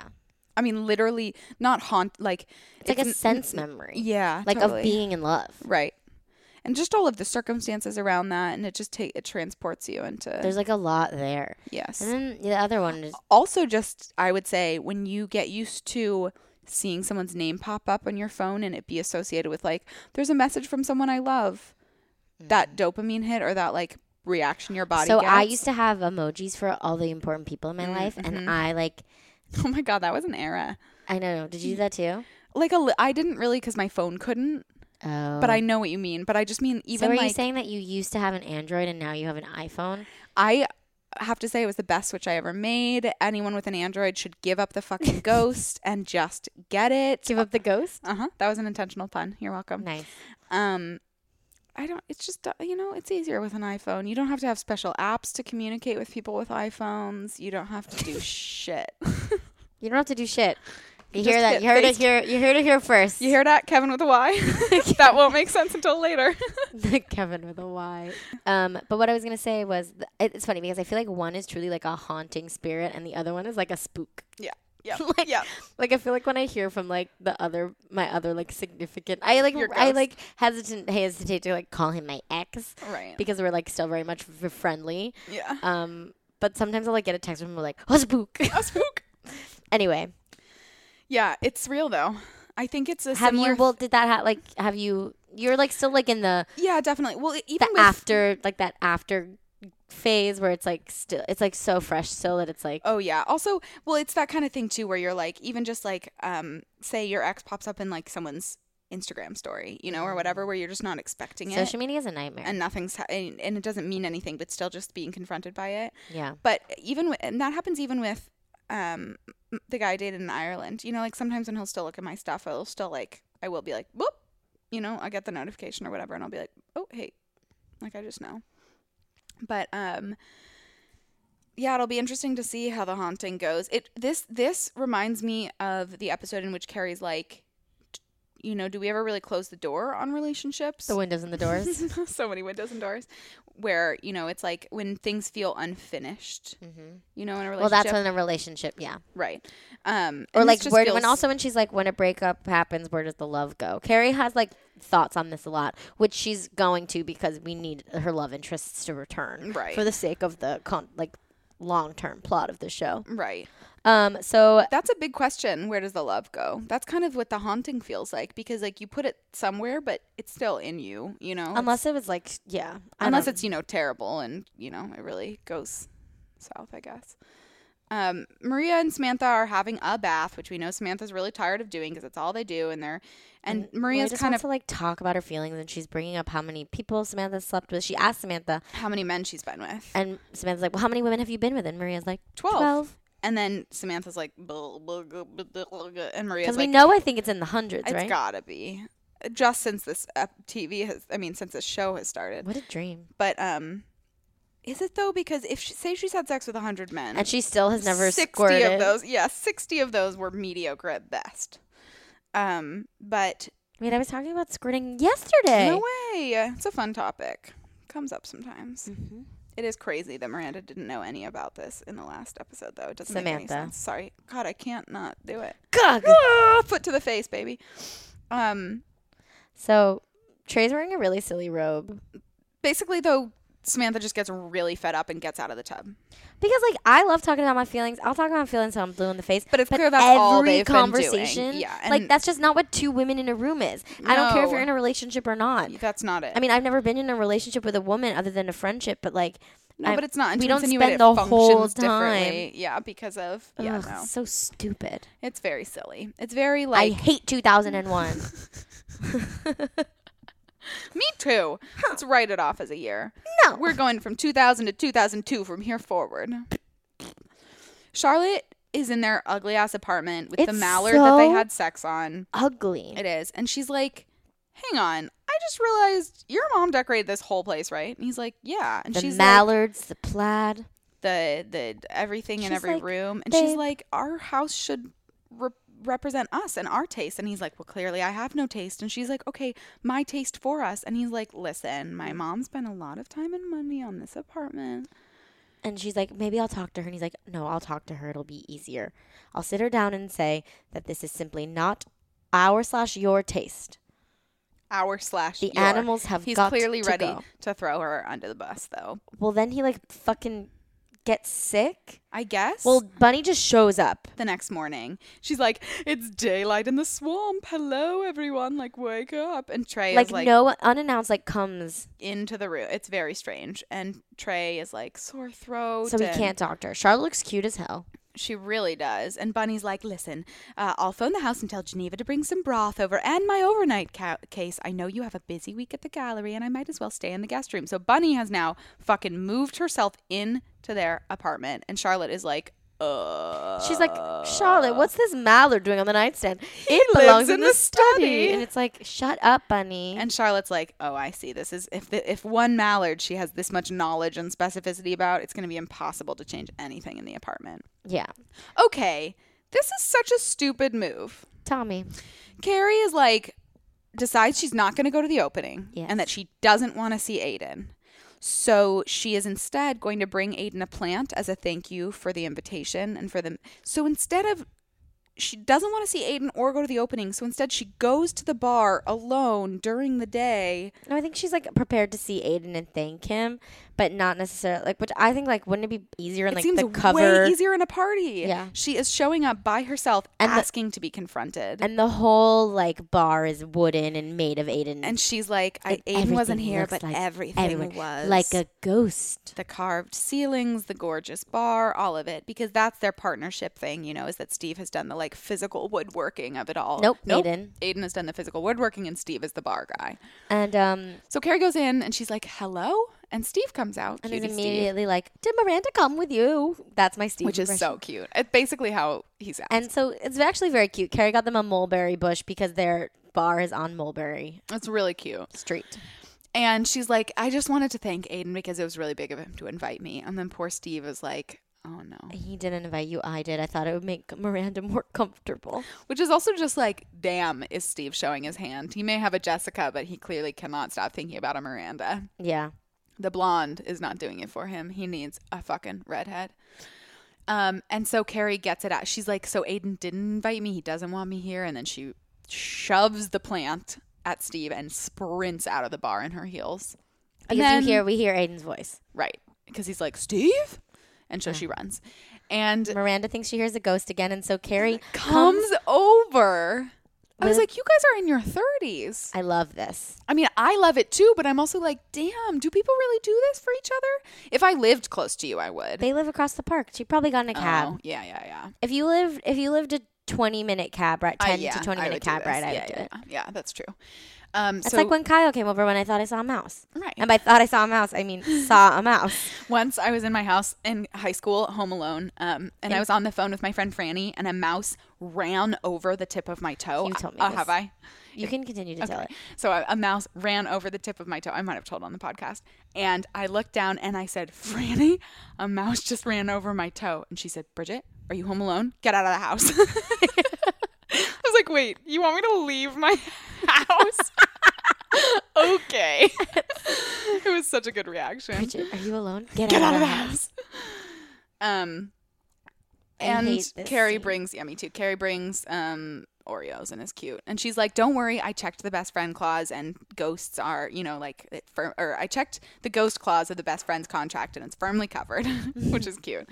i mean literally not haunt like
it's, like a
n-
sense memory
yeah
like
totally.
of being in love
Right. And just all of the circumstances around that and it just take it transports you into
there's like a lot there
yes.
and then the other one is
also just I would say when you get used to seeing someone's name pop up on your phone and it be associated with like there's a message from someone I love. That dopamine hit or that like reaction your body
Mm-hmm. so
Mm, gets.
i used to have emojis for all the important people in my life
mm-hmm.
and i like
Oh my god, that was an era.
i know did you
Mm.
do that too
Like a li- I didn't really cuz my phone couldn't,
oh
but I know what you mean, but I just mean even
so are
like
you saying that you used to have an android and now you have an iphone
I have to say it was the best switch I ever made. Anyone with an Android should give up the fucking ghost and just get it.
give up the ghost
Uh huh. That was an intentional pun. You're welcome.
nice
Um, I don't. It's just uh, you know, it's easier with an iPhone. You don't have to have special apps to communicate with people with iPhones. You don't have to do shit.
you don't have to do shit you
Just
hear that
get
you heard
face-
it here you heard it here first
You hear that, Kevin with a Y? that won't make sense until later.
Kevin with a Y. Um, but what I was gonna say was, th- it- it's funny because I feel like one is truly like a haunting spirit, and the other one is like a spook.
Yeah. Yeah.
like,
yeah.
like I feel like when I hear from like the other, my other like significant, I like
Your
I
ghost. Oh,
like hesitant hesitate to like call him my ex
Right.
because we're like still very much f- friendly.
yeah.
Um, but sometimes I'll like get a text from him like, oh spook.
A spook.
anyway,
Yeah, it's real though. I think it's a
have
similar.
you? Well, did that ha- like have you? You're like still like in the
yeah, definitely. Well, e, even
the
with,
after like that after phase where it's like still it's like so fresh still that it's like
Oh yeah. Also, well, it's that kind of thing too, where you're like, even just like, um, say your ex pops up in like someone's Instagram story, you know, or whatever, where you're just not expecting it,
Mm. social media is a nightmare
and nothing's, ha- and, and it doesn't mean anything, but still just being confronted by it.
yeah
But even with, and that happens even with, um, m- the guy I dated in Ireland. You know, like sometimes when he'll still look at my stuff, I'll still like, I will be like, whoop, you know, I get the notification or whatever, and I'll be like, oh hey, like I just know. But um, yeah, it'll be interesting to see how the haunting goes. It this this reminds me of the episode in which Carrie's like, you know, do we ever really close the door on relationships?
The windows and the doors.
so many windows and doors where, you know, it's like when things feel unfinished, you know, in a relationship.
well, that's when a relationship, yeah.
Right. Um,
Or
and this
like
just
where,
feels-
when also when she's like when a breakup happens, where does the love go? Carrie has like thoughts on this a lot, which she's going to because we need her love interests to return,
Right.
For the sake of the con- like long term plot of the show.
Right.
Um, so
That's a big question. Where does the love go? That's kind of what the haunting feels like because, like, you put it somewhere, but it's still in you, you know?
unless it was like yeah, I
unless
don't-
it's you know terrible and you know it really goes south i guess um, maria and samantha are having a bath which we know samantha's really tired of doing because it's all they do and they're and,
Maria
maria's
just
kind of
wants to like talk about her feelings, and she's bringing up how many people Samantha slept with. She asked Samantha,
how many men she's been with
and Samantha's like, "Well, how many women have you been with?" And Maria's like,
12.
12.
and then samantha's like "Blah, blah, blah, blah, blah, blah," and maria's
Because
like
we know I think it's in the hundreds,
it's
right?
gotta be just since this uh, tv has i mean since this show has started
What a dream!
but um is it though because if she say she's had sex with 100 men
And she still has never
60
squirted.
of those yeah 60 of those were mediocre at best um but
Wait, I was talking about squirting yesterday.
no way it's a fun topic comes up sometimes
Mm-hmm.
It is crazy that miranda didn't know any about this in the last episode though it doesn't make any
Samantha.
sense sorry god i can't not do it
Gug.
Ah, foot to the face baby um
So Trey's wearing a really silly robe
basically though samantha just gets really fed up and gets out of the tub
because, like, I love talking about my feelings. I'll talk about my feelings until I'm blue in the face.
But it's clear that's all
every
they've been doing.
conversation,
Yeah,
like
and-
that's just not what two women in a room is. I don't care if you're
No.
in a relationship or not.
that's not it
I mean, I've never been in a relationship with a woman other than a friendship, but like,
no
I-
but it's not
We don't
insinuate
spend
it
the
functions
whole
differently.
time.
yeah because of yeah
Ugh,
no
so stupid.
It's very silly. It's very
I
like
hate 2001.
me too. Let's write it off as a year.
No.
We're going from 2000 to 2002 from here forward. Charlotte is in their ugly ass apartment with the
It's
mallard that they
so-
had sex on.
Ugly.
It is. And she's like, "Hang on. I just realized your mom decorated this whole place, right?" And he's like, "Yeah." And
the
she's like,
mallards, the plaid.
the the everything
She's
in every
like,
room and she's
"Babe."
like our house should re- represent us and our taste and he's like well clearly i have no taste and she's like okay my taste for us and he's like listen my mom spent a lot of time and money on this apartment
And she's like, maybe I'll talk to her. And he's like, no, I'll talk to her. It'll be easier. I'll sit her down and say that this is simply not our slash your taste.
our slash
The
your.
animals have
he's
got
clearly
to
ready
go.
to throw her under the bus though
Well, then he like fucking gets sick.
i guess
Well, Bunny just shows up.
the next morning she's like it's daylight in the swamp hello everyone like wake up and trey
Like,
is like
no unannounced like comes,
into the room it's very strange and trey is like sore throat
so we
and-
can't talk to her. Charlotte looks cute as hell.
She really does. And Bunny's like, listen, uh, I'll phone the house and tell Geneva to bring some broth over and my overnight ca- case. I know you have a busy week at the gallery and I might as well stay in the guest room. So Bunny has now fucking moved herself into their apartment. And Charlotte is like, uh.
She's like, Charlotte, what's this mallard doing on the nightstand? It
lives
belongs
in
in
the
the,
study."
study. And it's like, shut up, bunny.
And Charlotte's like, oh, I see. This is if the, if one mallard she has this much knowledge and specificity about, it's going to be impossible to change anything in the apartment.
yeah,
Okay, this is such a stupid move.
Tommy.
Carrie is like decides she's not going to go to the opening
Yes.
and that she doesn't want to see Aiden. So she is instead going to bring Aiden a plant as a thank you for the invitation and for them. So instead of she doesn't want to see Aiden or go to the opening, so instead she goes to the bar alone during the day.
No, I think she's like prepared to see Aiden and thank him, but not necessarily like. Which I think like, wouldn't it be easier in
it
like
seems
the cover
way easier in a party.
Yeah.
She is showing up by herself
And the-
asking to be confronted.
and the whole like bar is wooden and made of Aiden.
and she's like, I,
and
Aiden wasn't
Mm. everything
here,
looks
but
like
everything
everyone-
was.
like a ghost.
the carved ceilings, the gorgeous bar, all of it, because that's their partnership thing, you know, is that Steve has done the like physical woodworking of it all.
Nope, Aiden.
Aiden has done the physical woodworking and Steve is the bar guy.
And um,
So Carrie goes in and she's like, hello? And Steve comes out.
and is
cutie Steve,
immediately like, "Did Miranda come with you?" That's my Steve.
which is
impression.
so cute. It's basically how he's out.
And so it's actually very cute. Carrie got them a mulberry bush because their bar is on Mulberry
it's really cute.
Street.
And she's like, I just wanted to thank Aiden because it was really big of him to invite me. And then poor Steve is like, Oh no.
He didn't invite you. I did. I thought it would make Miranda more comfortable.
Which is also just like, damn, is Steve showing his hand? He may have a Jessica, but he clearly cannot stop thinking about a Miranda.
Yeah.
The blonde is not doing it for him. He needs a fucking redhead. Um, and so Carrie gets it out. She's like, so Aiden didn't invite me. He doesn't want me here. And then she shoves the plant at Steve and sprints out of the bar in her heels.
Because
And then,
you hear, we hear Aiden's voice.
right, because he's like, Steve? And so she runs. And
Miranda thinks she hears a ghost again, and so Carrie
comes over. I was
With-
like, you guys are in your 30s.
I love this.
I mean, I love it too, but I'm also like, damn, do people really do this for each other? If I lived close to you, I would.
They live across the park. She probably got in a cab.
Oh, yeah, yeah, yeah.
If you lived, if you lived a twenty minute cab ride,
I-
ten
Uh, yeah,
to twenty
I
minute
would do
cab
this.
ride, I
yeah,
would do
yeah,
it.
Yeah, that's true. Um,
That's
so
like when Kyle came over when I thought I saw a mouse.
Right.
And by thought I saw a mouse, I mean saw a mouse.
once I was in my house in high school, home alone, um, and I was on the phone with my friend Franny, and a mouse ran over the tip of my toe.
You told me
Uh,
this.
have I?
You can continue to tell it.
So a, a mouse ran over the tip of my toe. I might have told on the podcast. And I looked down and I said, Franny, a mouse just ran over my toe. And she said, Bridget, are you home alone? Get out of the house. I was like, wait, you want me to leave my house? okay. it was such a good reaction.
Bridget, are you alone? Get,
Get out of the house. Um,
I
and
hate this
Carrie
scene.
brings, yeah, me too. Carrie brings um, Oreos and is cute. And she's like, "Don't worry, I checked the best friend clause, and ghosts are, you know, like it fir- or I checked the ghost clause of the best friend's contract, and it's firmly covered, which is cute."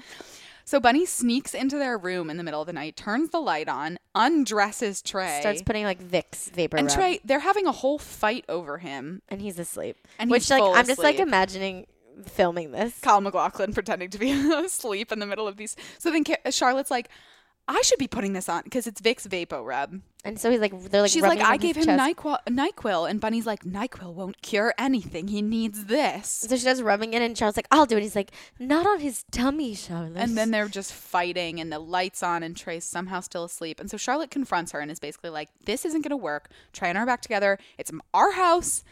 So Bunny sneaks into their room in the middle of the night, turns the light on, undresses Trey,
Starts putting like Vicks vapor
and
rub,
Trey. They're having a whole fight over him.
and he's asleep.
And
Which
he's
like
full
I'm just like
asleep.
imagining filming this.
Kyle McLaughlin pretending to be asleep in the middle of these. So then Ca- Charlotte's like, I should be putting this on because it's Vic's Vapo Rub.
And so he's like, they're like,
She's
rubbing
like,
it on
I
his
gave him
chest.
NyQuil, NyQuil. And Bunny's like, NyQuil won't cure anything. He needs this.
So she does rubbing it, and Charles like, I'll do it. He's like, not on his tummy, Charlotte.
And then they're just fighting, and the lights on, and Trey's somehow still asleep. And so Charlotte confronts her and is basically like, "This isn't going to work. Trey and I are back together. It's m- our house,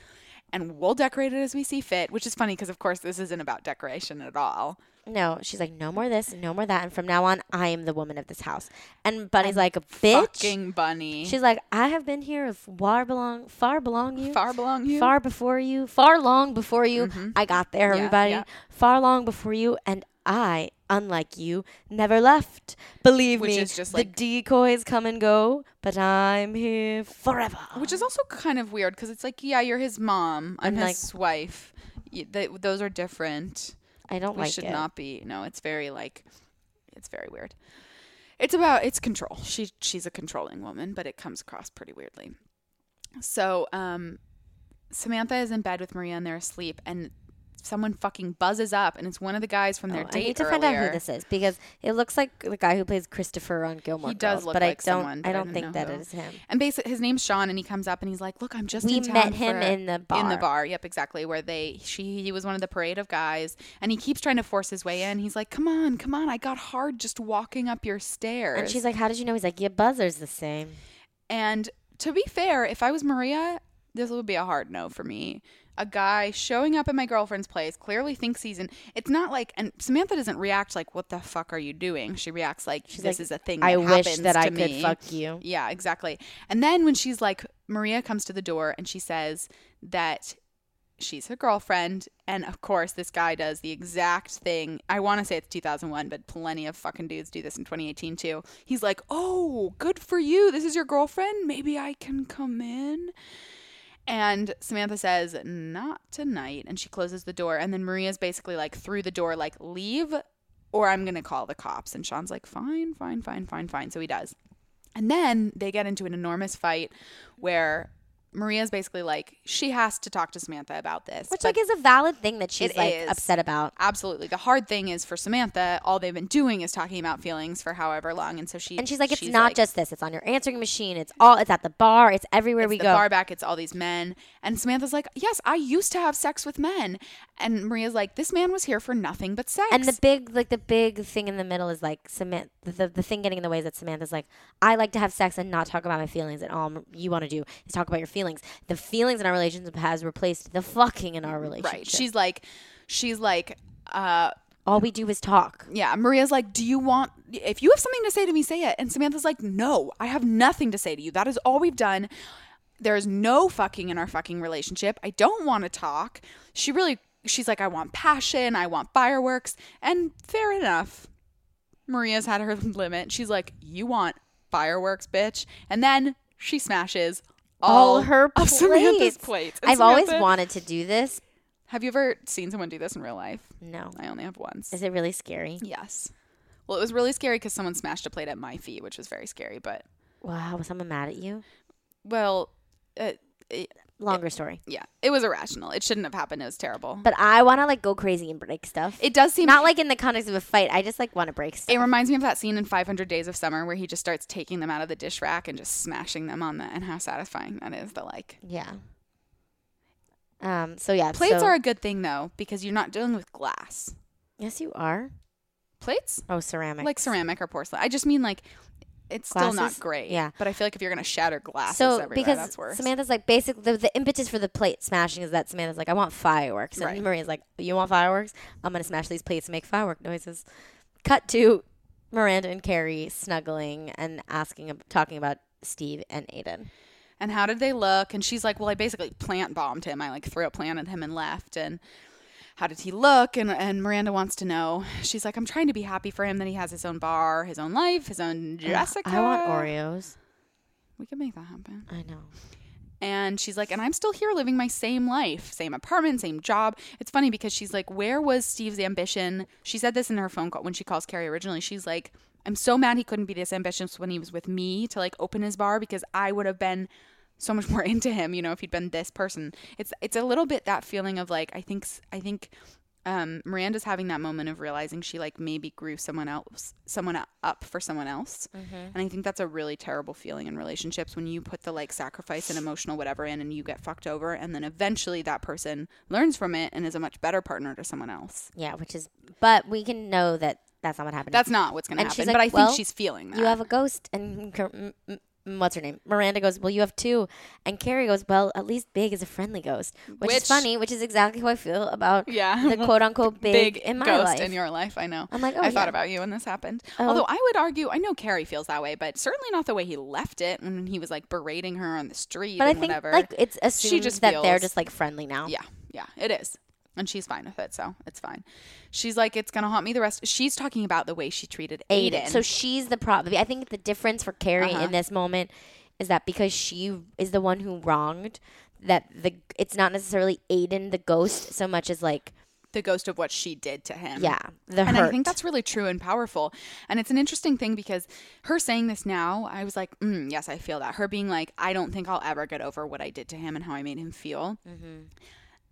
and we'll decorate it as we see fit." Which is funny because, of course, this isn't about decoration at all.
no, she's like, no more this, no more that, and from now on, I am the woman of this house. And Bunny's like, bitch.
Fucking Bunny.
She's like, I have been here far belong, far belong you,
far belong you. Mm-hmm.
far before you, far long before you. I got there,
Yeah,
everybody.
yeah.
Far long before you, and I, unlike you, never left. Believe
Which
me,
is just
the
like-
decoys come and go, but I'm here forever.
Which is also kind of weird because it's like, yeah, you're his mom. I'm
And,
his wife. Y- th- those are different.
I don't
We
like
should
it.
not be. No, it's very like, it's very weird. It's about it's control. She she's a controlling woman, but it comes across pretty weirdly. So, um, Samantha is in bed with Maria and they're asleep, and someone fucking buzzes up, and it's one of the guys from their
Oh,
date
I need to
earlier.
find out who this is because it looks like the guy who plays Christopher on Gilmore
He does
Girls,
look
but I
like
don't.
someone, but
I
I
don't
don't
think
know
that
who.
it is him.
And basically, his name's Sean, and he comes up and he's like, "Look, I'm just
We
in town
met him
for-
in the
In the
bar.
bar, yep, exactly. Where they, she, he was one of the parade of guys, and he keeps trying to force his way in. He's like, "Come on, come on, I got hard just walking up your stairs."
And she's like, "How did you know?" He's like, "Your buzzer's the same."
and to be fair, if I was Maria, this would be a hard no for me. A guy showing up at my girlfriend's place clearly thinks he's in. It's not like, and Samantha doesn't react like, "What the fuck are you doing?" She reacts like,
She's
"This
like,
is a thing."
I
that
wish
happens
that
to
I
me.
could fuck you.
Yeah, exactly. And then when she's like, Maria comes to the door and she says that she's her girlfriend. And of course, this guy does the exact thing. I want to say it's 2001, but plenty of fucking dudes do this in 2018 too. He's like, Oh, good for you. This is your girlfriend. Maybe I can come in. And Samantha says, Not tonight. And she closes the door. And then Maria's basically like, through the door, like, Leave or I'm going to call the cops. And Sean's like, Fine, fine, fine, fine, fine. So he does. And then they get into an enormous fight where Maria's basically like, she has to talk to Samantha about this.
Which
But
like is a valid thing that she's
It
like
is.
upset about.
absolutely the hard thing is for Samantha, all they've been doing is talking about feelings for however long. And so she
And she's like, it's not just this. It's on your answering machine. It's all. It's at the bar. It's everywhere
it's
we
the
go.
bar back, it's all these men. And Samantha's like, Yes, I used to have sex with men. And Maria's like, This man was here for nothing but sex.
and the big, like the big thing in the middle is like Samantha. The, the thing getting in the way is that Samantha's like, I like to have sex and not talk about my feelings, and all you want to do is talk about your feelings. The feelings in our relationship has replaced the fucking in our relationship.
Right. She's like, she's like, uh,
All we do is talk.
Yeah, Maria's like, "Do you want if you have something to say to me, say it." And Samantha's like, "No, I have nothing to say to you. That is all we've done. There is no fucking in our fucking relationship. I don't want to talk." She really she's like, "I want passion, I want fireworks." And fair enough. Maria's had her limit. She's like, "You want fireworks, bitch." And then she smashes all,
All her
of
plates.
Samantha's plates. And
I've always
Samantha-
wanted to do this.
Have you ever seen someone do this in real life?
No.
I only have once.
Is it really scary?
Yes. Well, it was really scary because someone smashed a plate at my feet, which was very scary. But
Wow, was someone mad at you?
well, uh, it,
Longer story.
yeah, it was irrational. It shouldn't have happened. It was terrible.
But I want to like go crazy and break stuff.
it does seem
Not like in the context of a fight. I just like want to break stuff.
it reminds me of that scene in 500 Days of Summer where he just starts taking them out of the dish rack and just smashing them on the and how satisfying that is. The like
yeah. Um. So yeah.
plates
so-
are a good thing though because you're not dealing with glass
Yes, you are.
plates
Oh, ceramic.
like ceramic or porcelain. I just mean like it's still
Glasses?
not great.
Yeah.
but I feel like if you're gonna shatter glass,
So
everywhere,
because
that's worse.
Samantha's like basically the, the impetus for the plate smashing is that Samantha's like I want fireworks and
Right.
Maria's like you want fireworks I'm gonna smash these plates and make firework noises. Cut to Miranda and Carrie snuggling and asking ab- talking about Steve and Aiden.
and how did they look? And she's like, well, I basically plant bombed him. I like threw a plant at him and left. And how did he look? And and Miranda wants to know. She's like, I'm trying to be happy for him that he has his own bar, his own life, his own
Ugh,
Jessica.
I want Oreos.
We can make that happen.
I know.
And she's like, and I'm still here living my same life, same apartment, same job. It's funny because she's like, where was Steve's ambition? She said this in her phone call when she calls Carrie originally. She's like, I'm so mad he couldn't be this ambitious when he was with me to like open his bar because I would have been so much more into him, you know, if he'd been this person. It's it's a little bit that feeling of like I think s- I think um, Miranda's having that moment of realizing she like maybe grew someone else someone u- up for someone else.
Mm-hmm.
And I think that's a really terrible feeling in relationships when you put the like sacrifice and emotional whatever in and you get fucked over. And then eventually that person learns from it and is a much better partner to someone else.
Yeah, which is but we can know that that's not what happened.
That's not what's going to
And
happen.
she's
but I
like,
think
well,
she's feeling that.
you have a ghost and Car- m- m- m- what's her name miranda goes well you have two and carrie goes well at least big is a friendly ghost which,
Which-
is funny which is exactly how i feel about
Yeah.
the quote-unquote big,
big,
in my
ghost
life
in your life. I know.
I'm like, oh,
I
yeah. Oh.
thought about you when this happened. Although I would argue, I know Carrie feels that way, but certainly not the way he left it when he was like berating her on the street
but i
and
think
whatever.
like it's assumed
just
that they're
feels-
just like friendly now
Yeah, yeah, it is. And she's fine with it, so it's fine. She's like, it's gonna haunt me the rest. She's talking about the way she treated Aiden.
aiden so she's the problem i think the difference for carrie
Uh-huh.
in this moment is that because she is the one who wronged that the it's not necessarily aiden the ghost so much as like
the ghost of what she did to him.
yeah the
and
hurt
I think that's really true and powerful. And it's an interesting thing because her saying this now, I was like, mm, yes, I feel that. Her being like, I don't think I'll ever get over what I did to him and how I made him feel.
Mm-hmm.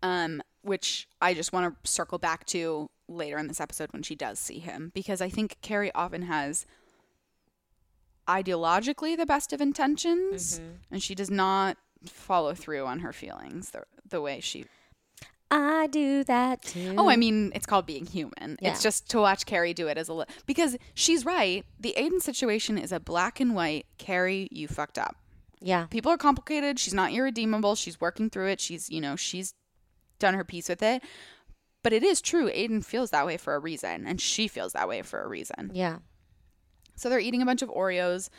Um, which I just want to circle back to later in this episode when she does see him because I think Carrie often has ideologically the best of intentions
Mm-hmm.
and she does not follow through on her feelings the, the way she
i do that too
Oh, I mean, it's called being human.
Mm. Yeah.
It's just to watch Carrie do it as a li- because she's right. The Aiden situation is a black and white. Carrie, you fucked up.
yeah
People are complicated. She's not irredeemable. She's working through it. She's you know she's done her piece with it. But it is true. Aiden feels that way for a reason, and she feels that way for a reason.
yeah
So they're eating a bunch of Oreos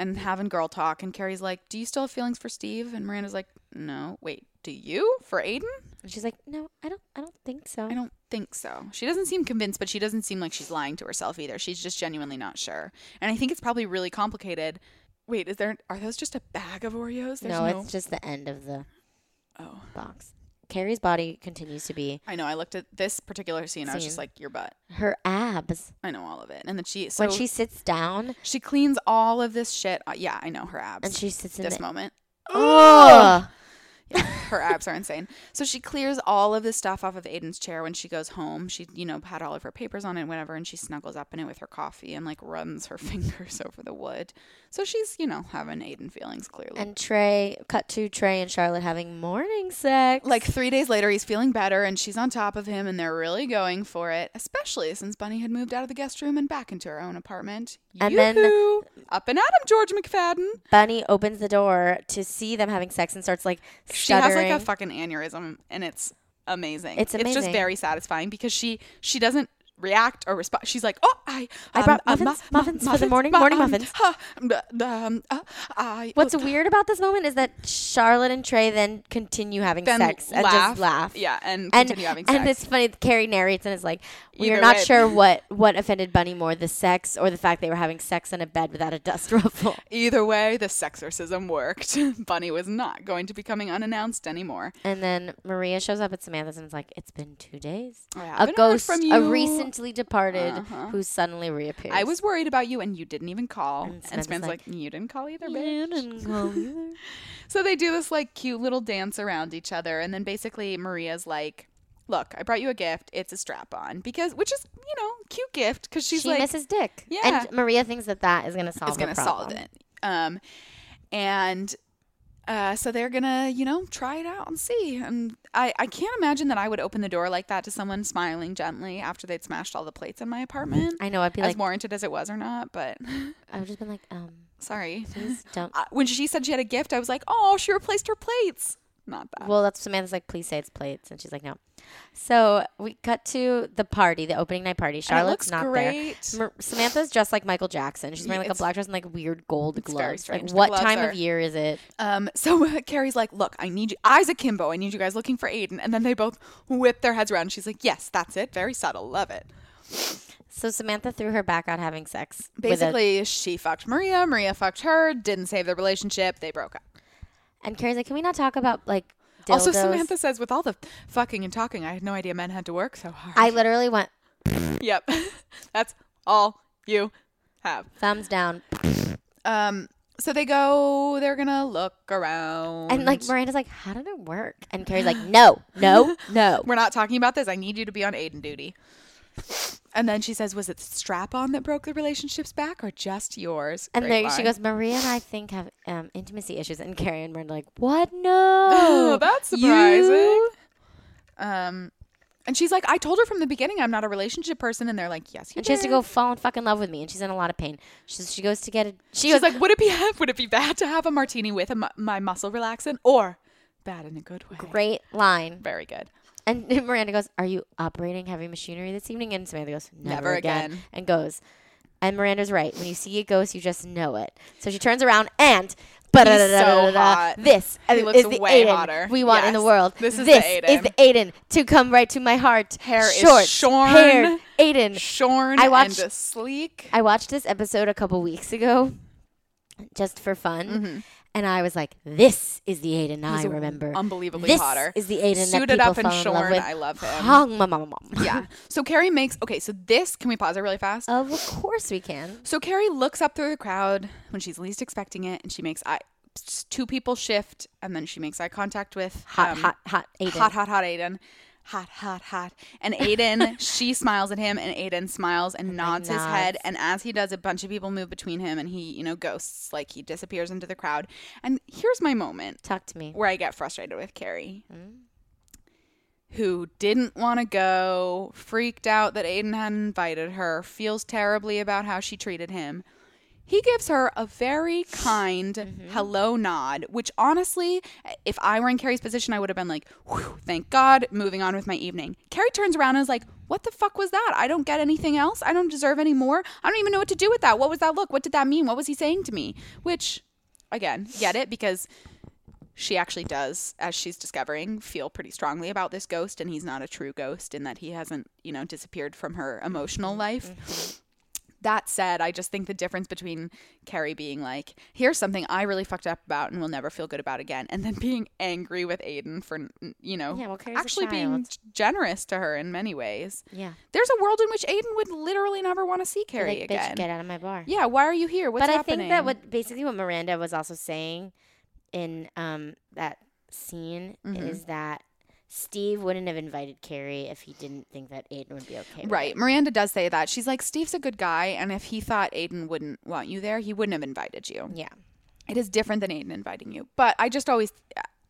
and having girl talk. And Carrie's like, "Do you still have feelings for Steve?" And Miranda's like, "No, wait, do you for Aiden?"
And she's like, "No, I don't. I don't think so."
I don't think so. She doesn't seem convinced, but she doesn't seem like she's lying to herself either. She's just genuinely not sure. And I think it's probably really complicated. Wait, is there are those just a bag of Oreos? There's
no, it's just the end of the
Oh.
box. Carrie's body continues to be
I know. I looked at this particular scene. I was just
Scene.
like, your butt.
her abs
I know all of it. And then she so
when she sits down
she cleans all of this shit. Uh, yeah, I know her abs.
and she sits in
this
the,
moment.
Oh,
Yeah, her abs are insane. So she clears all of this stuff off of Aiden's chair when she goes home. She, you know, had all of her papers on it, and whatever, and she snuggles up in it with her coffee and like runs her fingers over the wood. So she's, you know, having Aiden feelings clearly.
and Trey cut to Trey and Charlotte having morning sex.
like three days later, he's feeling better, and she's on top of him, and they're really going for it. Especially since Bunny had moved out of the guest room and back into her own apartment.
And then-
Yoo-hoo! up and at him, George McFadden.
Bunny opens the door to see them having sex and starts like
she
stuttering.
has like a fucking aneurysm and it's amazing
It's
it's just
amazing.
very satisfying because she she doesn't react or respond. She's like, "Oh, I
I
um,
brought
um,
muffins-
mu- mu-
muffins for the morning- morning
um,
muffins."
huh, um, d- um, uh, I-
What's
uh,
weird about this moment is that Charlotte and Trey then continue having
Then
sex and
laugh.
just laugh.
Yeah, and
and
continue having
and
sex.
it's funny. Carrie narrates and is like, "We are
Either
not
way.
sure what what offended Bunny more: the sex or the fact they were having sex in a bed without a dust ruffle."
Either way, the sexorcism worked. Bunny was not going to be coming unannounced anymore.
And then Maria shows up at Samantha's and is like, "It's been two days.
I
Oh, A
haven't heard
ghost,
from
a
you."
recently departed,
Uh-huh.
who suddenly reappears."
I was worried about you, and you didn't even call.
And
And,
Samantha's
Sam's like,
like,
"You didn't call either, bitch."
You didn't call either.
So they do this like cute little dance around each other, and then basically Maria's like, "Look, I brought you a gift. It's a strap on because, which is you know, cute gift because she's
she
like,
misses Dick.
Yeah.
And Maria thinks that that is going to solve.
is going
her
to solve
problem.
it. Um, and uh, so they're gonna, you know, try it out and see. And I, I can't imagine that I would open the door like that to someone smiling gently after they'd smashed all the plates in my apartment.
I know. I'd be
as
like,
warranted as it was or not, but
I've just been like, um,
sorry.
please don't.
Uh, when she said she had a gift, I was like, oh, she replaced her plates. Not that.
Well, that's Samantha's like, please say it's plates, and she's like, no. So we cut to the party, the opening night party. Charlotte's
looks
not
great.
there. Mar- Samantha's dressed like Michael Jackson. She's wearing
Yeah,
like a
it's-
black dress and like weird gold
it's very
gloves. Like,
strange. The
what
gloves
time
are-
of year is it?
Um, so Carrie's like, look, I need you, eyes akimbo. I need you guys looking for Aiden. And then they both whip their heads around. She's like, yes, that's it. Very subtle. Love it.
So Samantha threw her back out having sex. with a-
Basically, she fucked Maria. Maria fucked her. Didn't save their relationship. They broke up.
and Carrie's like, can we not talk about like dildos?
Also, Samantha says, with all the fucking and talking, I had no idea men had to work so hard.
I literally went
yep. that's all you have.
thumbs down,
Um, so they go, they're going to look around.
and like Miranda's like, how did it work? And Carrie's like, no, no, no.
We're not talking about this. I need you to be on Aiden duty. And then she says, Was it strap on that broke the relationships back or just yours?
And
Great
there she
line.
goes, Maria and I think have um, intimacy issues. And Carrie and Miranda are like, what? No.
Oh, That's
You?"
surprising. Um, and she's like, I told her from the beginning I'm not a relationship person. And they're like, Yes, you
And she has to
did."
go fall and fuck in love with me. And she's in a lot of pain. She, she goes to get a. She
She's
goes,
like, Would it be would it be bad to have a martini with a mu- my muscle relaxant or bad in a good way?
great line.
Very good.
And Miranda goes, Are you operating heavy machinery this evening? And Samantha goes, Never,
Never
again.
again.
And goes, And Miranda's right. When you see a ghost, you just know it. So she turns around and. ba-da-da-da-da-da,
hot.
This
He
is
looks
the
way
Aiden
hotter.
we want in the
Yes.
world.
This is the
is
Aiden.
the Aiden to come right to my heart.
Hair is
Short,
shorn.
haired Aiden.
Shorn
I watched-
and sleek.
I watched this episode a couple weeks ago just for fun.
Mm-hmm.
And I was like, this is the Aiden I remember.
unbelievably
this
hotter.
is the Aiden that
Suited
people
up and
fell in love
shorn.
with.
I love him.
Hung my mom.
yeah. So Carrie makes okay. So this can we pause it really fast?
Of course we can.
So Carrie looks up through the crowd when she's least expecting it, and she makes eye. Two people shift, and then she makes eye contact with
Hot,
um,
hot, hot Aiden.
hot, hot, hot Aiden, hot, hot, hot. And Aiden, she smiles at him, and Aiden smiles and nods his
nods.
head. And as he does, a bunch of people move between him, and he, you know, ghosts like he disappears into the crowd. And here's my moment
Talk to me.
where I get frustrated with Carrie, who didn't want to go, freaked out that Aiden hadn't invited her, feels terribly about how she treated him. He gives her a very kind hello nod, which honestly, if I were in Carrie's position, I would have been like, Whew, thank God, moving on with my evening. Carrie turns around and is like, what the fuck was that? I don't get anything else. I don't deserve any more. I don't even know what to do with that. What was that look? What did that mean? What was he saying to me? Which, again, get it because she actually does, as she's discovering, feel pretty strongly about this ghost, and he's not a true ghost in that he hasn't, you know, disappeared from her emotional
Mm-hmm.
life. That said, I just think the difference between Carrie being like, here's something I really fucked up about and will never feel good about again, and then being angry with Aiden for, you know,
Yeah, well, Carrie's a
actually being
child.
generous to her in many ways.
Yeah.
There's a world in which Aiden would literally never want to see
Be
Carrie
like,
again.
bitch, get out of my bar.
Yeah, why are you here? What's
but I
happening?
think that what basically what Miranda was also saying in um, that scene
Mm-hmm.
is that Steve wouldn't have invited Carrie if he didn't think that Aiden would be okay. with
Right.
it.
Miranda does say that. She's like, Steve's a good guy, and if he thought Aiden wouldn't want you there, he wouldn't have invited you.
Yeah.
It is different than Aiden inviting you. But I just always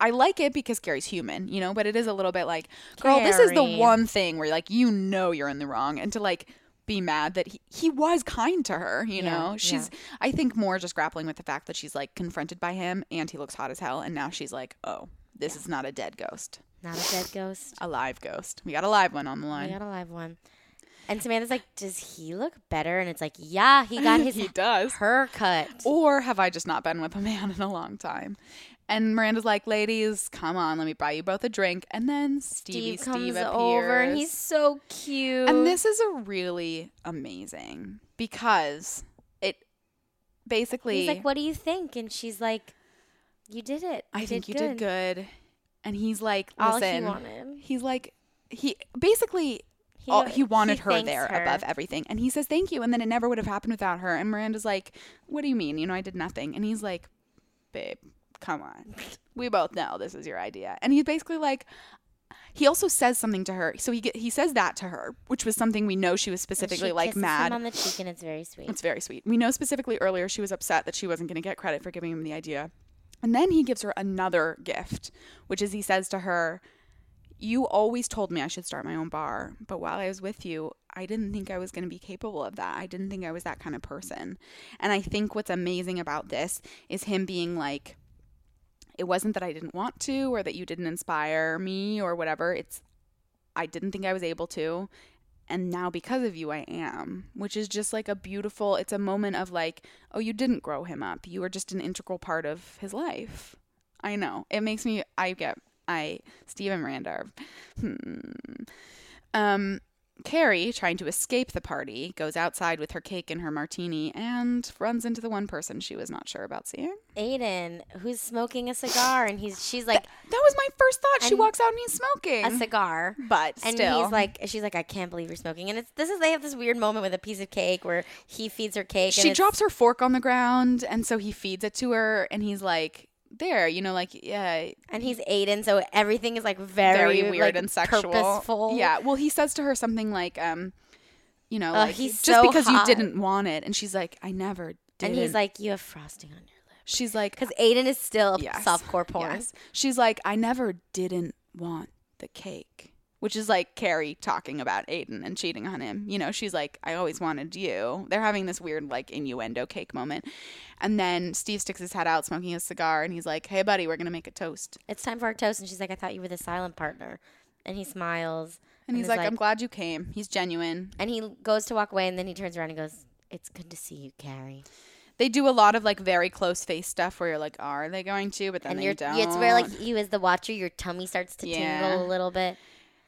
I like it because Carrie's human, you know, but it is a little bit like, girl, this is
Carrie.
the one thing where like you know you're in the wrong and to like be mad that he, he was kind to her, you
Yeah,
know.
yeah.
She's I think more just grappling with the fact that she's like confronted by him and he looks hot as hell and now she's like, "Oh, this is not a dead ghost.
Not a dead ghost.
A live ghost. We got a live one on the
I
line."
got a live one. And Samantha's like, "Does he look better?" And it's like, "Yeah, he got his
He does.
her cut."
Or have I just not been with a man in a long time? And Miranda's like, ladies, come on, let me buy you both a drink. And then Stevie
Steve
Steve,
comes
appears.
over and he's so cute.
And this is a really amazing because it basically.
he's like, "What do you think?" And she's like, "You did it.
I think you did good. And he's like,
All
listen.
he wanted.
He's like, he basically
He,
all, Oh, he wanted her
thanks
there
her.
above everything. And he says, thank you. And then it never would have happened without her. And Miranda's like, what do you mean? You know, I did nothing. And he's like, babe, come on. We both know this is your idea. And he's basically like, he also says something to her. So he get, he says that to her, which was something we know she was
And she
specifically like
kisses him
mad.
on the cheek, and it's very sweet.
It's very sweet. We know specifically earlier she was upset that she wasn't going to get credit for giving him the idea. And then he gives her another gift, which is he says to her, You always told me I should start my own bar, but while I was with you, I didn't think I was going to be capable of that. I didn't think I was that kind of person. And I think what's amazing about this is him being like, It wasn't that I didn't want to or that you didn't inspire me or whatever. It's, I didn't think I was able to and now because of you I am, which is just like a beautiful it's a moment of like, oh, you didn't grow him up. You were just an integral part of his life. I know. It makes me I get I Steve and Miranda are hmm. Um Carrie, trying to escape the party, goes outside with her cake and her martini and runs into the one person she was not sure about seeing.
Aiden, who's smoking a cigar, and he's she's like
That was my first thought. she
And-
walks out and he's smoking.
a cigar.
but
And
still.
he's like, she's like, I can't believe you're smoking. And it's this is they have this weird moment with a piece of cake where he feeds her cake.
she
and
drops her fork on the ground and so he feeds it to her and he's like there you know like yeah
and he's Aiden, so everything is like very,
very, weird
like,
and sexual
purposeful.
yeah well he says to her something like um you know
Ugh,
like
Oh, he's so
just because
hot."
you didn't want it and she's like i never did
and he's like, you have frosting on your lips
she's like
because Aiden is still a
Yes.
softcore porn.
Yes. She's like, I never didn't want the cake, which is like Carrie talking about Aiden and cheating on him. You know, she's like, I always wanted you. They're having this weird, like, innuendo cake moment. And then Steve sticks his head out, smoking a cigar, and he's like, Hey, buddy, we're going to make a toast.
It's time for our toast, and she's like, I thought you were the silent partner. And he smiles,
And he's
is
like, I'm glad you came. He's genuine.
and he goes to walk away, and then he turns around and goes, "It's good to see you, Carrie."
They do a lot of like very close face stuff where you're like, Are they going to? But then
and
they
you're,
don't.
it's where like you as the watcher, your tummy starts to
Yeah.
tingle a little bit.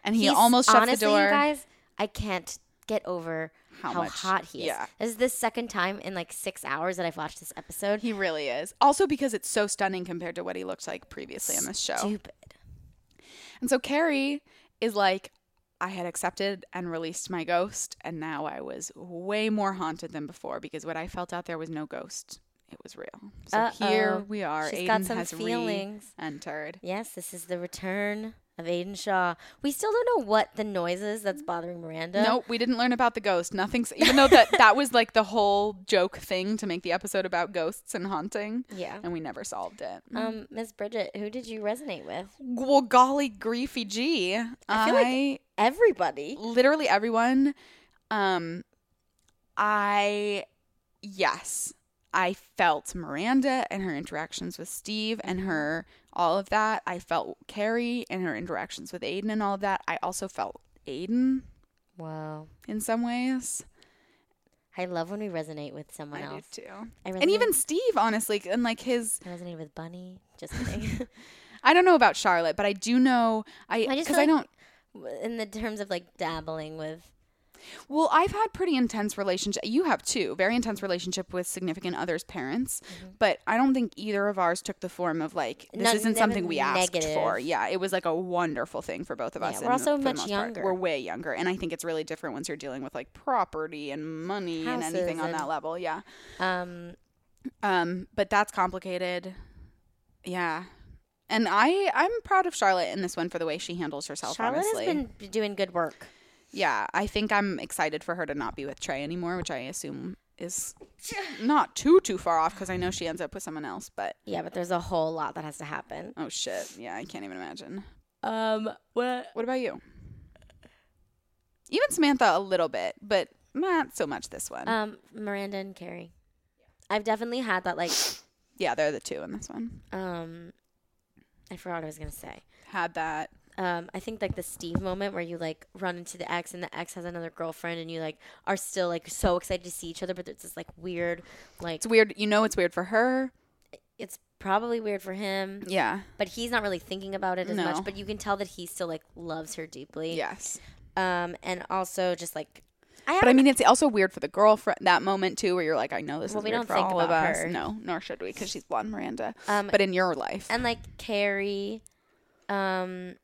and he
He's-
almost shuts
honestly,
the door.
You guys, I can't get over
How
how,
much-
hot he is.
yeah.
This is the second time in like six hours that I've watched this episode.
he really is. Also, because it's so stunning compared to what he looked like previously on this show.
Stupid.
And so Carrie is like, I had accepted and released my ghost, and now I was way more haunted than before because what I felt out there was no ghost. It was real. So here
Uh-oh.
we are.
She's
Aiden
got some
has
feelings.
re-entered.
Yes, this is the return of Aiden Shaw. We still don't know what the noise is that's bothering Miranda.
Nope, we didn't learn about the ghost. Nothing's even though that that was like the whole joke thing to make the episode about ghosts and haunting,
Yeah.
and we never solved it.
Um, Miss Bridget, who did you resonate with?
well, golly, griefy gee,
I feel like- Everybody.
literally everyone um i yes i felt miranda and her interactions with steve and her all of that i felt carrie and her interactions with aiden and all of that i also felt aiden
Wow.
in some ways
I love when we resonate with someone
i
else.
do too
I
and even
resonate-
steve honestly and like his
I resonated with Bunny. Just kidding.
i don't know about charlotte but i do know
I
i
just
because
feel
I
like-
don't
in the terms of like dabbling with
Well, I've had pretty intense relationship. You have too, very intense relationship with significant others' parents,
Mm-hmm.
but I don't think either of ours took the form of like this
Not-
isn't
never
something we asked
negative.
for. Yeah, it was like a wonderful thing for both of us.
Yeah,
and
we're also
for the
much
most part,
younger.
We're way younger, and I think it's really different once you're dealing with like property and money and anything
Houses
on
and-
that level. Yeah,
um
um, but that's complicated. Yeah. And I, I'm proud of Charlotte in this one for the way she handles herself.
Charlotte
Oh, honestly.
has been doing good work.
Yeah, I think I'm excited for her to not be with Trey anymore, which I assume is not too too far off because I know she ends up with someone else. But
Yeah, but there's a whole lot that has to happen.
oh shit, yeah, I can't even imagine.
Um, what?
What about you? Even Samantha a little bit, but not so much this one.
Um, Miranda and Carrie. I've definitely had that like
yeah, they're the two in this one.
um I forgot what I was gonna say.
Had that.
um, I think like the Steve moment where you like run into the ex and the ex has another girlfriend and you like are still like so excited to see each other, but it's this like weird, like
It's weird. You know, it's weird for her.
it's probably weird for him,
Yeah.
but he's not really thinking about it as
No.
much. But you can tell that he still like loves her deeply.
Yes.
Um, and also just like I
But I
don't-
mean, it's also weird for the girlfriend that moment too, where you're like, I know this
Well,
is
we
weird
don't
for
think
all of
about
us.
her.
No, nor should we, because she's blonde Miranda.
Um,
but in your life,
and like Carrie, um,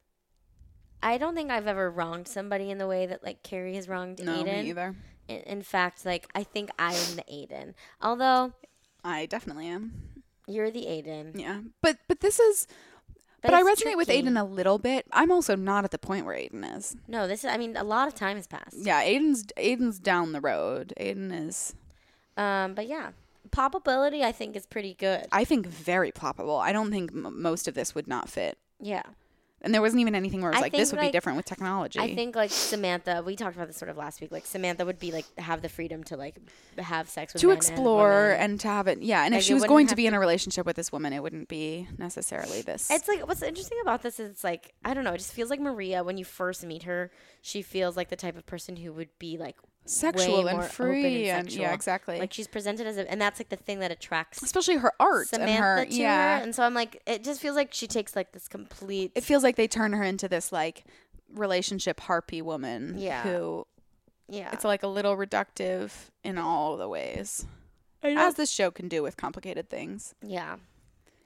I don't think I've ever wronged somebody in the way that like Carrie has wronged
no,
Aiden.
me either.
In, in fact, like I think I am the Aiden, although
I definitely am.
you're the Aiden.
Yeah, but but this is. But, I
it's
resonate with
tricky.
Aiden a little bit. I'm also not at the point where Aiden is.
No, this is. I mean, a lot of time has passed.
Yeah, Aiden's Aiden's down the road. Aiden is,
Um, but yeah, probability I think is pretty good.
I think, very ploppable. I don't think m- most of this would not fit.
Yeah,
And there wasn't even anything where it was
I
like this
think,
would be
like-
different with technology.
I think like Samantha. We talked about this sort of last week. Like Samantha would be like have the freedom to like have sex with
to
men and
explore
women.
and, to have it. Yeah, and if
Like,
she
it
was
wouldn't
going to
have
be in a relationship with this woman, it wouldn't be necessarily this.
It's like what's interesting about this is it's like I don't know. It just feels like Maria when you first meet her. She feels like the type of person who would be like
sexual
way
and
more
free
open and,
and, yeah,
sexual.
exactly.
Like she's presented as a, and that's like the thing that attracts
especially her art
Samantha
and her
to
yeah.
her. And so I'm like, it just feels like she takes like this complete.
it feels like they turn her into this like relationship harpy woman
Yeah.
who
yeah,
it's like a little reductive in all the ways as this show can do with complicated things
yeah.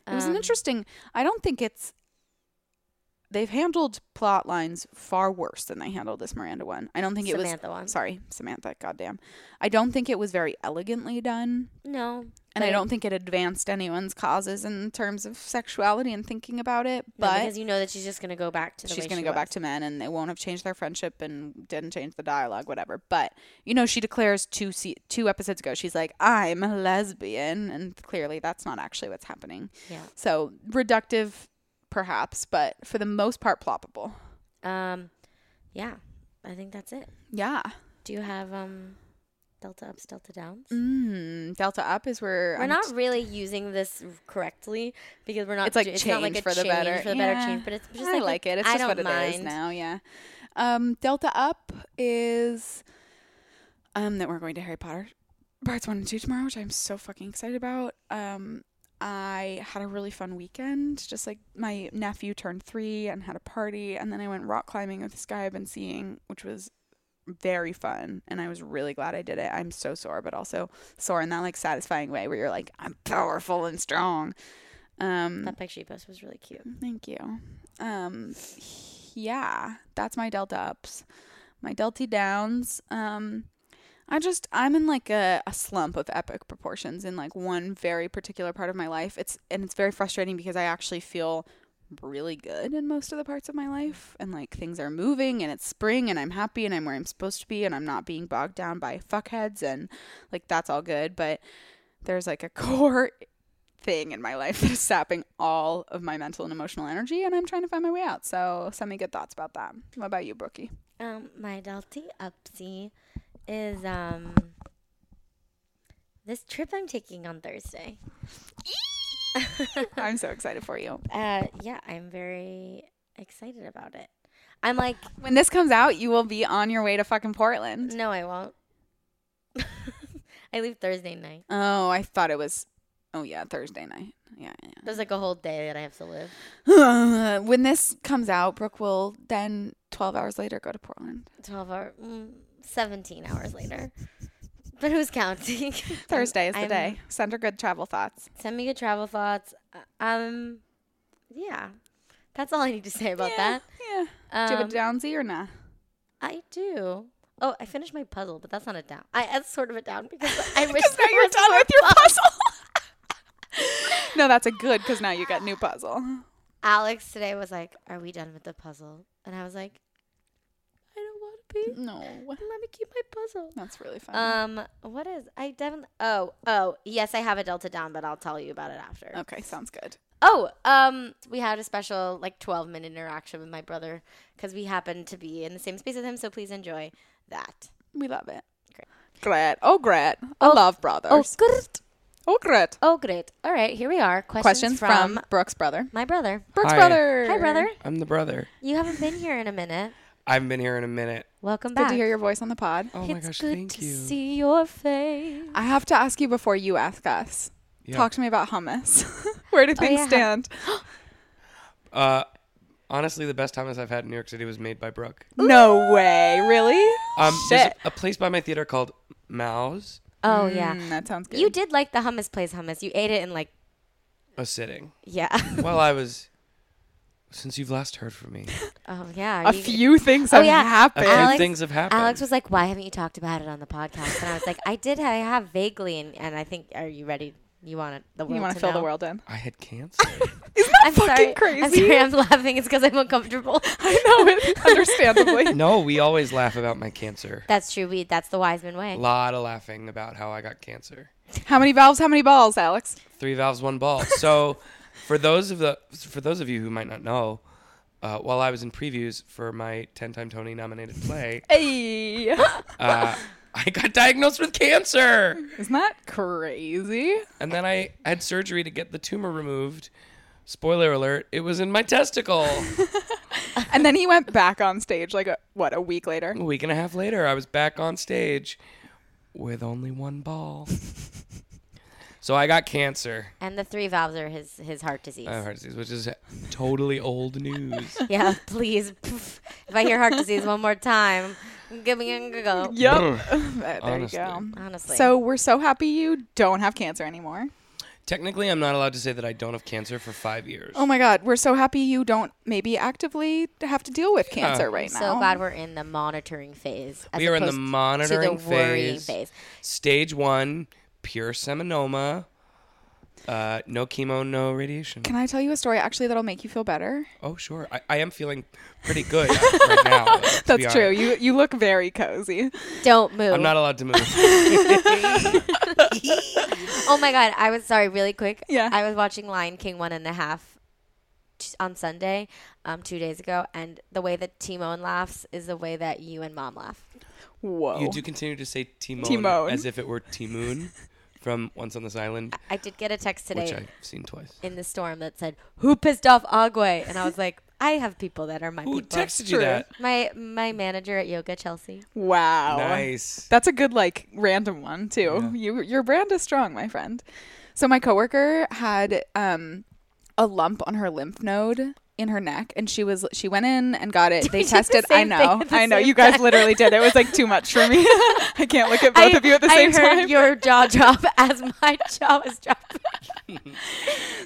it was an
Um,
interesting i don't think it's they've handled plot lines far worse than they handled this miranda one i don't think it
Samantha
was
one.
sorry samantha goddamn i don't think it was very elegantly done
No,
and
but
i
it-
don't think it advanced anyone's causes in terms of sexuality and thinking about it
no,
but
because you know that she's just gonna go back to the
she's
way
going
she
to go back
was.
to men and they won't have changed their friendship and didn't change the dialogue whatever but you know she declares two se- two episodes ago she's like i'm a lesbian and clearly that's not actually what's happening
Yeah.
so reductive perhaps but for the most part ploppable
Um, yeah, I think that's it.
yeah
Do you have um, delta ups, delta downs?
mm, delta up is where
We're
I'm
not
t-
really using this correctly because we're not.
it's like
do-
change
not like a
for the
change
better
for the better
Yeah.
change, but it's just
I
like,
like,
a-
it it's
I
just
don't
what it is
mind.
now yeah um delta up is um that we're going to harry potter parts one and two tomorrow which i'm so fucking excited about um i had a really fun weekend just like my nephew turned three and had a party and then i went rock climbing with this guy i've been seeing which was very fun and i was really glad i did it i'm so sore but also sore in that like satisfying way where you're like i'm powerful and strong um
That picture you posted was really cute.
Thank you. Um, yeah, that's my delta ups. My delta downs. Um, I just I'm in like a, a slump of epic proportions in like one very particular part of my life. It's and it's very frustrating because I actually feel really good in most of the parts of my life and like things are moving and it's spring and I'm happy and I'm where I'm supposed to be and I'm not being bogged down by fuckheads and like that's all good, but there's like a core thing in my life that is sapping all of my mental and emotional energy, and I'm trying to find my way out. So, send me good thoughts about that. What about you, Brookie?
Um, my delta upsy is um this trip I'm taking on Thursday.
I'm so excited for you.
Uh, yeah, I'm very excited about it. I'm like,
When this comes out, you will be on your way to fucking Portland.
no, I won't. I leave Thursday night.
Oh, I thought it was. Oh yeah, Thursday night. Yeah, yeah,
There's like a whole day that I have to live.
yeah. when this comes out, Brooke will then 12 hours later go to Portland.
Twelve hour, mm, seventeen hours later. But who's counting?
Thursday is the
I'm-
day. Send her good travel thoughts.
Send me good travel thoughts. Uh, Um, yeah, that's all I need to say about
yeah,
that.
Yeah.
Um,
Do you have a downsy or nah?
I do. Oh, I finished my puzzle, but that's not a down. I that's sort of a down because I wish
Because now
there
you're
was
done
more
with your
puzzle.
puzzle. no, that's a good because now you got new puzzle.
Alex today was like, "Are we done with the puzzle?" And I was like, "I don't want to
Mm.
be.
No.
Let me keep my puzzle."
That's really fun.
Um, what is I definitely? Oh, oh, yes, I have a delta down, but I'll tell you about it after.
okay, sounds good.
Oh, um, we had a special like 12 minute interaction with my brother because we happened to be in the same space as him. So please enjoy that.
We love it. Great. Gret. Oh, Gret. I love brothers.
good.
Oh, great.
Oh, great. All right, here we are. Questions,
Questions from, Brooks' brother.
my brother.
Brooks'
Hi.
brother.
Hi, brother.
I'm the brother.
You haven't been here in a minute.
I haven't been here in a minute.
Welcome
Good
back.
to hear your voice on the pod.
Oh my
it's
gosh,
good
thank
to
you.
see your face.
I have to ask you before you ask us.
Yeah.
Talk to me about hummus. Where do things
Oh, yeah.
stand?
Uh, honestly, the best hummus I've had in New York City was made by Brooke.
No way. Really?
Um, There's
Shit.
a, a place by my theater called Mao's.
Oh yeah.
Mm, that sounds good.
You did like the hummus place hummus. You ate it in like
A sitting.
yeah.
While I was, since you've last heard from me,
oh yeah.
A
you-
few things
Oh,
have
yeah.
a
happened.
few
Alex-
things have happened.
Alex was like, "Why haven't you talked about it on the podcast?" And I was like, "I did. I have vaguely." And, and I think, are you ready? You want it? The world?
You want
to
to fill the
know?
world in.
I had cancer.
I'm sorry.
fucking
I'm
crazy.
sorry. I'm laughing. It's because I'm uncomfortable.
No, it- understandably.
no, we always laugh about my cancer.
that's true. We. That's the Wiseman way.
A lot of laughing about how I got cancer.
How many valves? How many balls, Alex?
Three valves, one ball. So, for those of the for those of you who might not know, uh, while I was in previews for my ten time Tony nominated play,
Hey.
uh, I got diagnosed with cancer.
Isn't that crazy?
And then I had surgery to get the tumor removed. Spoiler alert, it was in my testicle.
And then he went back on stage like a, what a week later.
a week and a half later, I was back on stage with only one ball. so I got cancer,
And the three valves are his his heart disease.
uh, heart disease, which is totally old news.
Yeah, please. Poof. If I hear heart disease one more time, give me a go.
Yep. Uh, there
Honestly.
you go.
Honestly.
So we're so happy you don't have cancer anymore.
Technically, I'm not allowed to say that I don't have cancer for five years.
Oh my God, we're so happy you don't maybe actively have to deal with cancer right
I'm
now.
so glad we're in the monitoring phase. as
We are in the
opposed to
monitoring
worrying
phase. Stage one, pure seminoma. Uh, no chemo, no radiation.
Can I tell you a story actually that'll make you feel better?
oh, sure. I, I am feeling pretty good right now. to be
That's true.
honest.
You you look very cozy.
Don't move.
I'm not allowed to move.
oh my god! I was sorry. Really quick.
Yeah.
I was watching Lion King one and a half t- on Sunday, um, two days ago, and the way that Timon laughs is the way that you and Mom laugh.
Whoa.
You do continue to say Timon,
Timon.
as if it were Timoon from Once on This Island,
I did get a text
which
today
I've seen twice.
in the storm that said, "Who pissed off Agwe?" And I was like, "I have people that are my
Who
people."
texted you that?
My my manager at yoga, Chelsea.
Wow.
Nice.
That's a good like random one too. You your brand is strong, my friend. So my coworker had um a lump on her lymph node in her neck and she was she went in and got it. They
did the
tested I
same thing
know.
at the
I know
same
you guys
time.
literally did. It was like too much for me. I can't look at both
I-
of you at the
I
same
heard
time.
Your jaw drop as my jaw was dropping.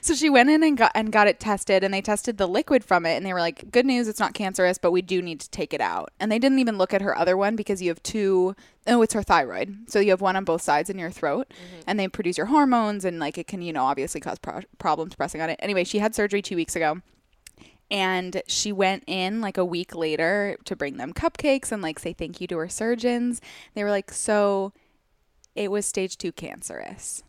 So she went in and got and got it tested, and they tested the liquid from it, and they were like, "Good news, it's not cancerous, but we do need to take it out." And they didn't even look at her other one because you have two. Oh, it's her thyroid. So you have one on both sides in your throat, and they produce your hormones, and like it can, you know, obviously cause pro- problems pressing on it. Anyway, she had surgery two weeks ago and she went in like a week later to bring them cupcakes and like say thank you to her surgeons. They were like, "So it was stage 2 cancerous."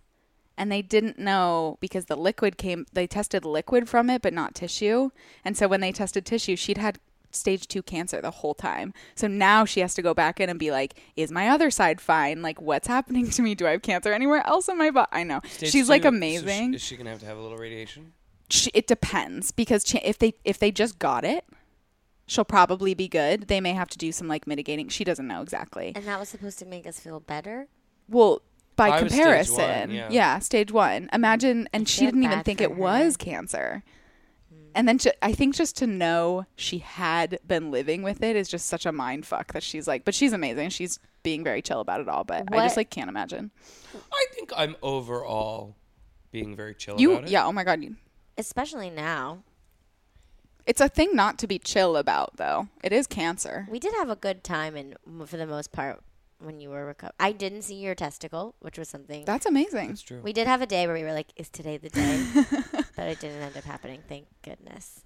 And they didn't know because the liquid came they tested liquid from it but not tissue. And so when they tested tissue, she'd had stage 2 cancer the whole time. So now she has to go back in and be like, "Is my other side fine? Like what's happening to me? Do I have cancer anywhere else in my body?" I know.
Stage
She's like
two, so sh-
amazing
is she gonna have to have a little radiation?
sh- it depends because cha- if they if they just got it she'll probably be good they may have to do some like mitigating she doesn't know exactly
And that was supposed to make us feel better.
well by
I was stage one,
comparison
yeah.
yeah. stage one imagine and she
feel
didn't even
bad
think
for Mm.
it was cancer and then ju- I think just to know she had been living with it is just such a mind fuck that she's like, but she's amazing. She's being very chill about it all, but I just
What-
like can't imagine.
I think I'm overall being very chill
You,
about it.
yeah, oh my God. you-
Especially now.
It's a thing not to be chill about, though. It is cancer.
We did have a good time and m- for the most part when you were recovered. I didn't see your testicle, which was something.
That's amazing.
That's true.
we did have a day where we were like, is today the day? but it didn't end up happening, thank goodness.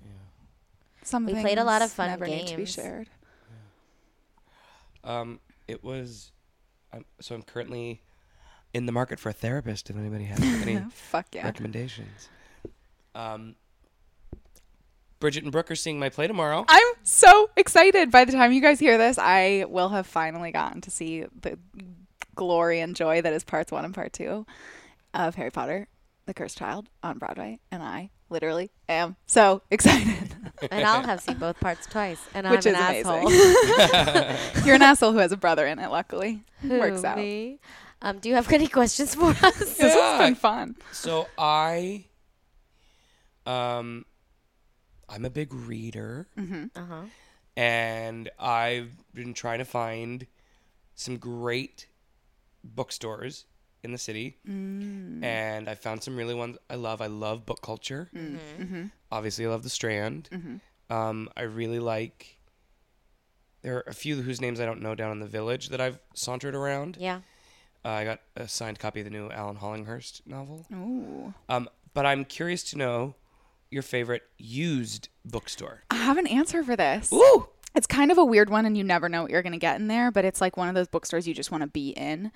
Some
We played a lot of
things
fun
never need to be
games.
shared.
Um, it was. I'm, so I'm currently in the market for a therapist. If anybody has any
Fuck yeah.
recommendations, um, Bridget and Brooke are seeing my play tomorrow.
I'm so excited. By the time you guys hear this, I will have finally gotten to see the glory and joy that is parts one and part two. of Harry Potter, The Cursed Child on Broadway, and I literally am so excited.
And I'll have seen both parts twice, and
Which
I'm an
is amazing.
asshole.
You're an asshole who has a brother in it. Luckily,
Who,
works out.
me? Um, do you have any questions for us? this
has been fun.
So I, um, I'm a big reader,
Mhm.
Uh-huh.
and I've been trying to find some great bookstores in the city,
Mm.
and I found some really ones I love. I love book culture.
Mm, mhm.
Obviously, I love the Strand.
Mhm.
Um, I really like. There are a few whose names I don't know down in the village that I've sauntered around.
Yeah.
Uh, I got a signed copy of the new Alan Hollinghurst novel.
Ooh.
Um, but I'm curious to know your favorite used bookstore. Um,
I have an answer for this.
Ooh.
It's kind of a weird one, and you never know what you're going to get in there, but it's like one of those bookstores you just want to be in.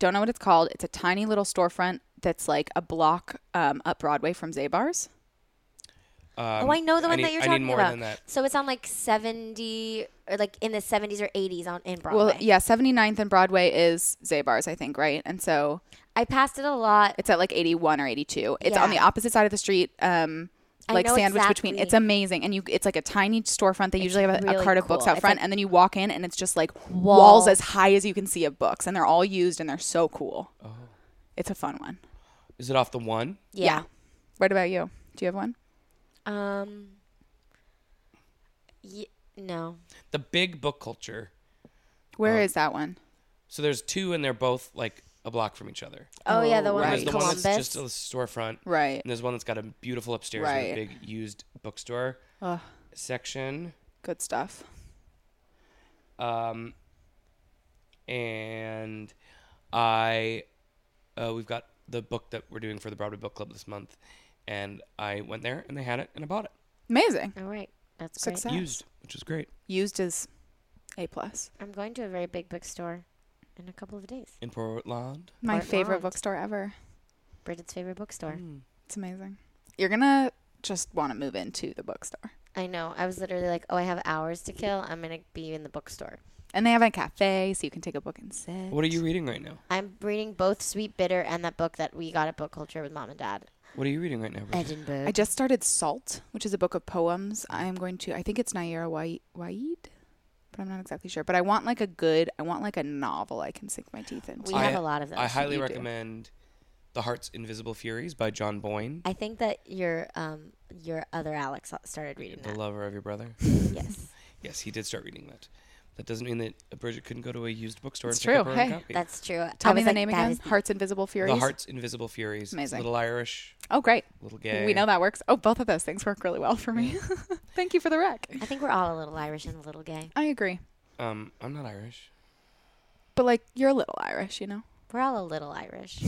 Don't know what it's called. It's a tiny little storefront that's like a block um, up Broadway from Zabar's.
Um,
oh, I know the one
need-
that you're
I need
talking
more
about.
Than that.
So it's on like 70 or like in the 70s or 80s on in Broadway.
Well, yeah, 79th and Broadway is Zabar's, I think, right? And so
I passed it a lot.
it's at like 81 or 82. It's on
Yeah.
the opposite side of the street. Um,
I
like
know
sandwiched between, it's
exactly.
amazing, and you—it's like a tiny storefront. They usually have a, a
really
cart of books
cool.
out
It's
front,
like
and then you walk in, and it's just like walls
walls.
as high as you can see of books, and they're all used, and they're so cool.
Oh.
It's a fun one.
Is it off the one?
Yeah.
What about you? Do you have one?
Um. Y- no.
The big book culture.
Where is that one?
So there's two, and they're both like a block from each other.
Oh, yeah, the one
One
on
is the
Columbus.
one that's just a storefront,
Right.
And there's one that's got a beautiful upstairs
Right.
and a big used bookstore
Ugh,
section.
good stuff.
Um, and I, uh, we've got the book that we're doing for the Broadway Book Club this month, and I went there and they had it and I bought it
Amazing.
All right. That's great.
Success.
used, which was great
Used is a plus.
I'm going to a very big bookstore in a couple of days.
in Portland.
My
Portland.
favorite bookstore ever.
Bridget's favorite bookstore.
Mm.
It's amazing. You're gonna just want to move into the bookstore,
I know. I was literally like, oh, I have hours to kill. I'm going to be in the bookstore.
and they have a cafe, so you can take a book and sit.
What are you reading right now?
I'm reading both Sweet Bitter and that book that we got at Book Culture with mom and dad.
What are you reading right now? Bridget?
Edinburgh.
I just started Salt, which is a book of poems. I am going to. I think it's Naira Wai- Waid, but I'm not exactly sure. But I want like a good. I want like a novel I can sink my teeth into.
We have a lot of
I
those.
highly
You do.
recommend The Heart's Invisible Furies by John Boyne,
I think that your um your other Alex started reading
the
that.
lover of your brother.
Yes,
yes, he did start reading that. That doesn't mean that Bridget couldn't go to a used bookstore
It's
and pick up
true.
her own
Hey.
copy.
that's true.
Tell
I
me
was
the
like,
name
that
again.
is the-
Hearts Invisible Furies.
The Heart's Invisible Furies. It's
Amazing.
A little Irish,
Oh, great.
a little gay.
We know that works. Oh, both of those things work really well for me. Thank you for the rec.
I think we're all a little Irish and a little gay.
I agree.
Um, I'm not Irish.
But like you're a little Irish, you know.
We're all a little Irish.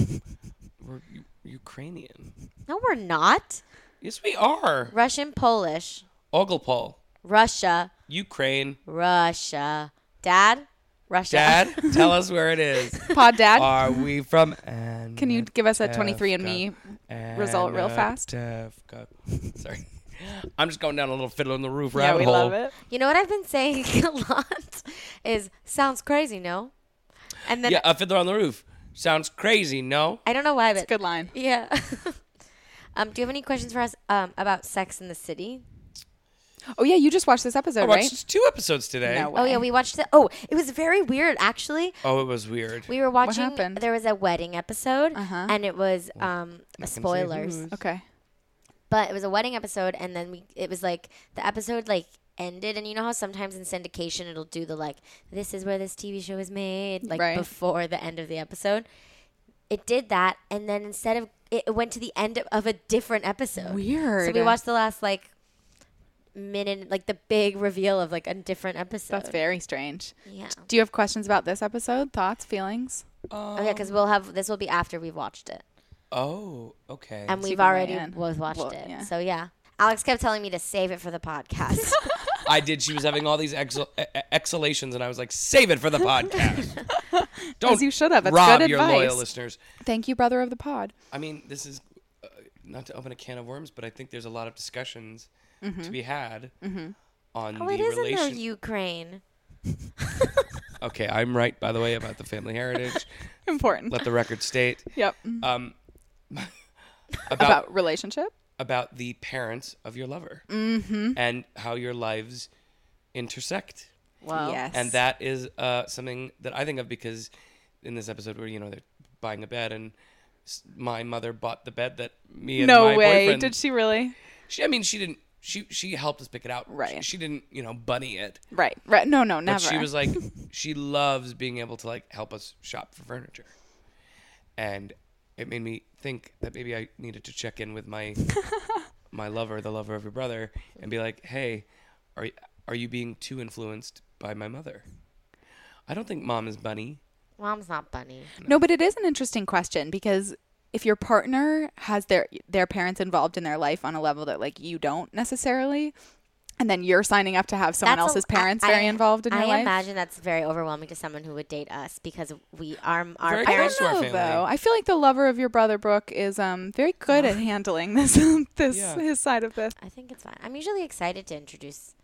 We're U- Ukrainian.
no, we're not.
Yes, we are.
Russian, Polish,
Oglepol,
Russia,
Ukraine.
Russia. Dad, Russia.
Dad, tell us where it is.
Pod Dad,
Are we from?
can you give us a 23andMe? result real fast?
Anatevka. Sorry. I'm just going down a little fiddle in the roof
Yeah,
rabbit
we
hole.
love it.
You know what I've been saying a lot is sounds crazy, no? And then
yeah, a fiddler on the roof. Sounds crazy, no?
I don't know why,
It's a
but
good line.
yeah. um, do you have any questions for us um, about Sex in the City?
Oh yeah, you just watched this
I
episode,
watched
right?
two episodes today.
No.
Oh yeah,
way.
we watched the. Oh, it was very weird actually.
Oh, it was weird.
We were watching.
happened?
There was a wedding episode,
Uh-huh.
and it was um
I can say
spoilers,
who's.
Okay.
but it was a wedding episode, and then we it was like the episode like ended, and you know how sometimes in syndication it'll do the like this is where this TV show was made, like
Right.
before the end of the episode. It did that, and then instead of it it went to the end of a different episode.
Weird.
So we watched the last like minute, like the big reveal of like a different episode.
That's very strange.
Yeah.
Do you have questions about this episode? Thoughts, feelings?
Okay, because Oh, we'll have this will be after we've watched it,
Oh, okay.
and
Secret
we've already
Ryan.
both watched
Well,
it.
yeah.
So yeah, Alex kept telling me to save it for the podcast.
I did. She was having all these exhal- e- e- exhalations, and I was like, save it for the podcast. Don't
you should have. It's
rob
good
your
advice.
loyal listeners.
Thank you, brother of the pod.
I mean, this is uh, not to open a can of worms, but I think there's a lot of discussions
Mm-hmm.
to be had on
oh,
the
it is in
relation.
the Ukraine.
okay, I'm right, by the way, about the family heritage.
Important.
Let the record state.
yep.
Um,
About relationship?
about the parents of your lover
Mhm.
and how your lives intersect.
Wow. Yes.
And that is uh, something that I think of because in this episode where, you know, they're buying a bed and s- my mother bought the bed that me and
no
my
way.
boyfriend.
Did she really?
She, I mean, she didn't. She she helped us pick it out. Right. She, she didn't, you know, bunny it.
Right. Right. No, no,
But she
never.
was like, she loves being able to like help us shop for furniture, and it made me think that maybe I needed to check in with my my lover, the lover of your brother, and be like, hey, are y- are you being too influenced by my mother? I don't think mom is bunny.
Mom's not bunny.
No, but it is an interesting question because if your partner has their their parents involved in their life on a level that like you don't necessarily, and then you're signing up to have someone
That's a-
else's parents
I-
very
I-
involved in
I
your life.
imagine that's very overwhelming to someone who would date us because we are our
I
parents.
don't know though. I feel like the lover of your brother Brooke is um very good at handling this um, this
Yeah.
his side of this.
I think it's fine. I'm usually excited to introduce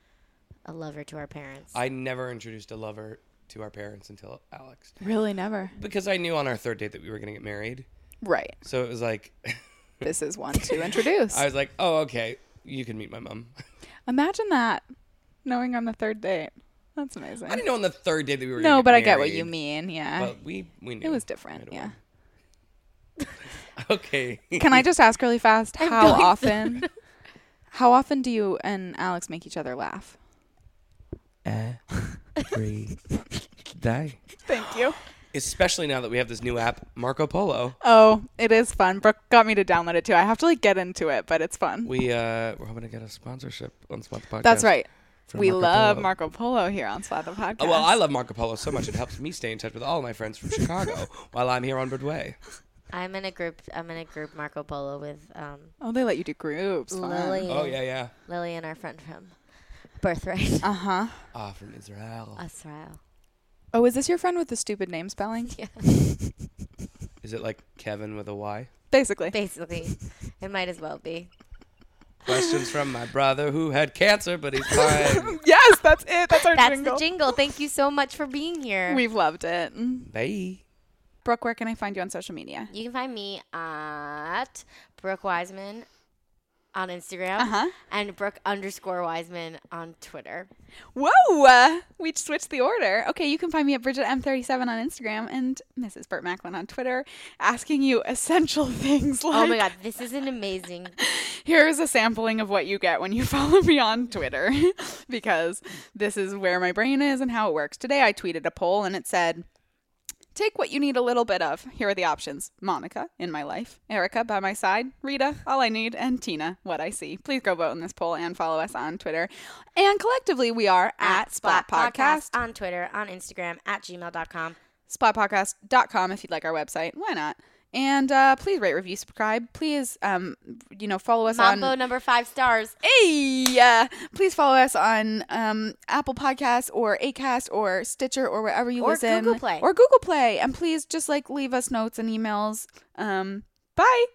a lover to our parents.
I never introduced a lover to our parents until Alex.
Really, never.
Because I knew on our third date that we were going to get married.
Right.
So it was like.
this is one to introduce.
I was like, oh, okay, you can meet my mom.
Imagine that, knowing on the third date. That's amazing.
I didn't know on the third day that we were.
No,
gonna
but I get what
married,
you mean. Yeah.
But we we knew.
It was different. Yeah.
Okay.
Can I just ask really fast
I'm
how
going-
often how often do you and Alex make each other laugh?
Every day.
Thank you.
Especially now that we have this new app, Marco Polo.
Oh, it is fun. Brooke got me to download it too. I have to like get into it, but it's fun.
We uh, we're hoping to get a sponsorship on Spot the Podcast.
That's right.
for
We love
Polo.
Marco Polo here on Spot the Podcast.
Oh, well, I love Marco Polo so much it helps me stay in touch with all my friends from Chicago while I'm here on Broadway.
I'm in a group. I'm in a group Marco Polo with um,
Oh, they let you do groups. Fun.
Lily.
Oh, yeah, yeah.
Lily and our friend from Birthright.
Uh huh.
Ah, from Israel.
Israel.
Oh, is this your friend with the stupid name spelling? Yeah.
Is it like Kevin with a Y?
Basically.
Basically, it might as well be.
Questions from my brother who had cancer, but he's fine.
Yes, that's it. That's our
That's
jingle.
the jingle. Thank you so much for being here.
We've loved it. Mm.
Bye.
Brooke, where can I find you on social media?
You can find me at Brooke Wiseman on Instagram
Uh-huh.
and Brooke underscore Wiseman on Twitter.
Whoa! uh, We switched the order. Okay, you can find me at Bridget M37 on Instagram and Mrs. Burt Macklin on Twitter, asking you essential things like
oh my god, this is an amazing.
Here's a sampling of what you get when you follow me on Twitter because this is where my brain is and how it works. Today I tweeted a poll and it said, Take what you need a little bit of. Here are the options Monica in my life, Erica by my side, Rita, all I need, and Tina, what I see. Please go vote in this poll and follow us on Twitter. And collectively, we are at, Spot Podcast,
on Twitter, on Instagram, at gmail.com.
spotpodcast.com if you'd like our website. Why not? And uh, please rate, review, subscribe. Please, um, you know, follow us on
Mambo number five stars.
Hey, uh, please follow us on um, Apple Podcasts or Acast or Stitcher or wherever you
Or
listen,
Google Play.
or Google Play, and please just like leave us notes and emails. Um, bye.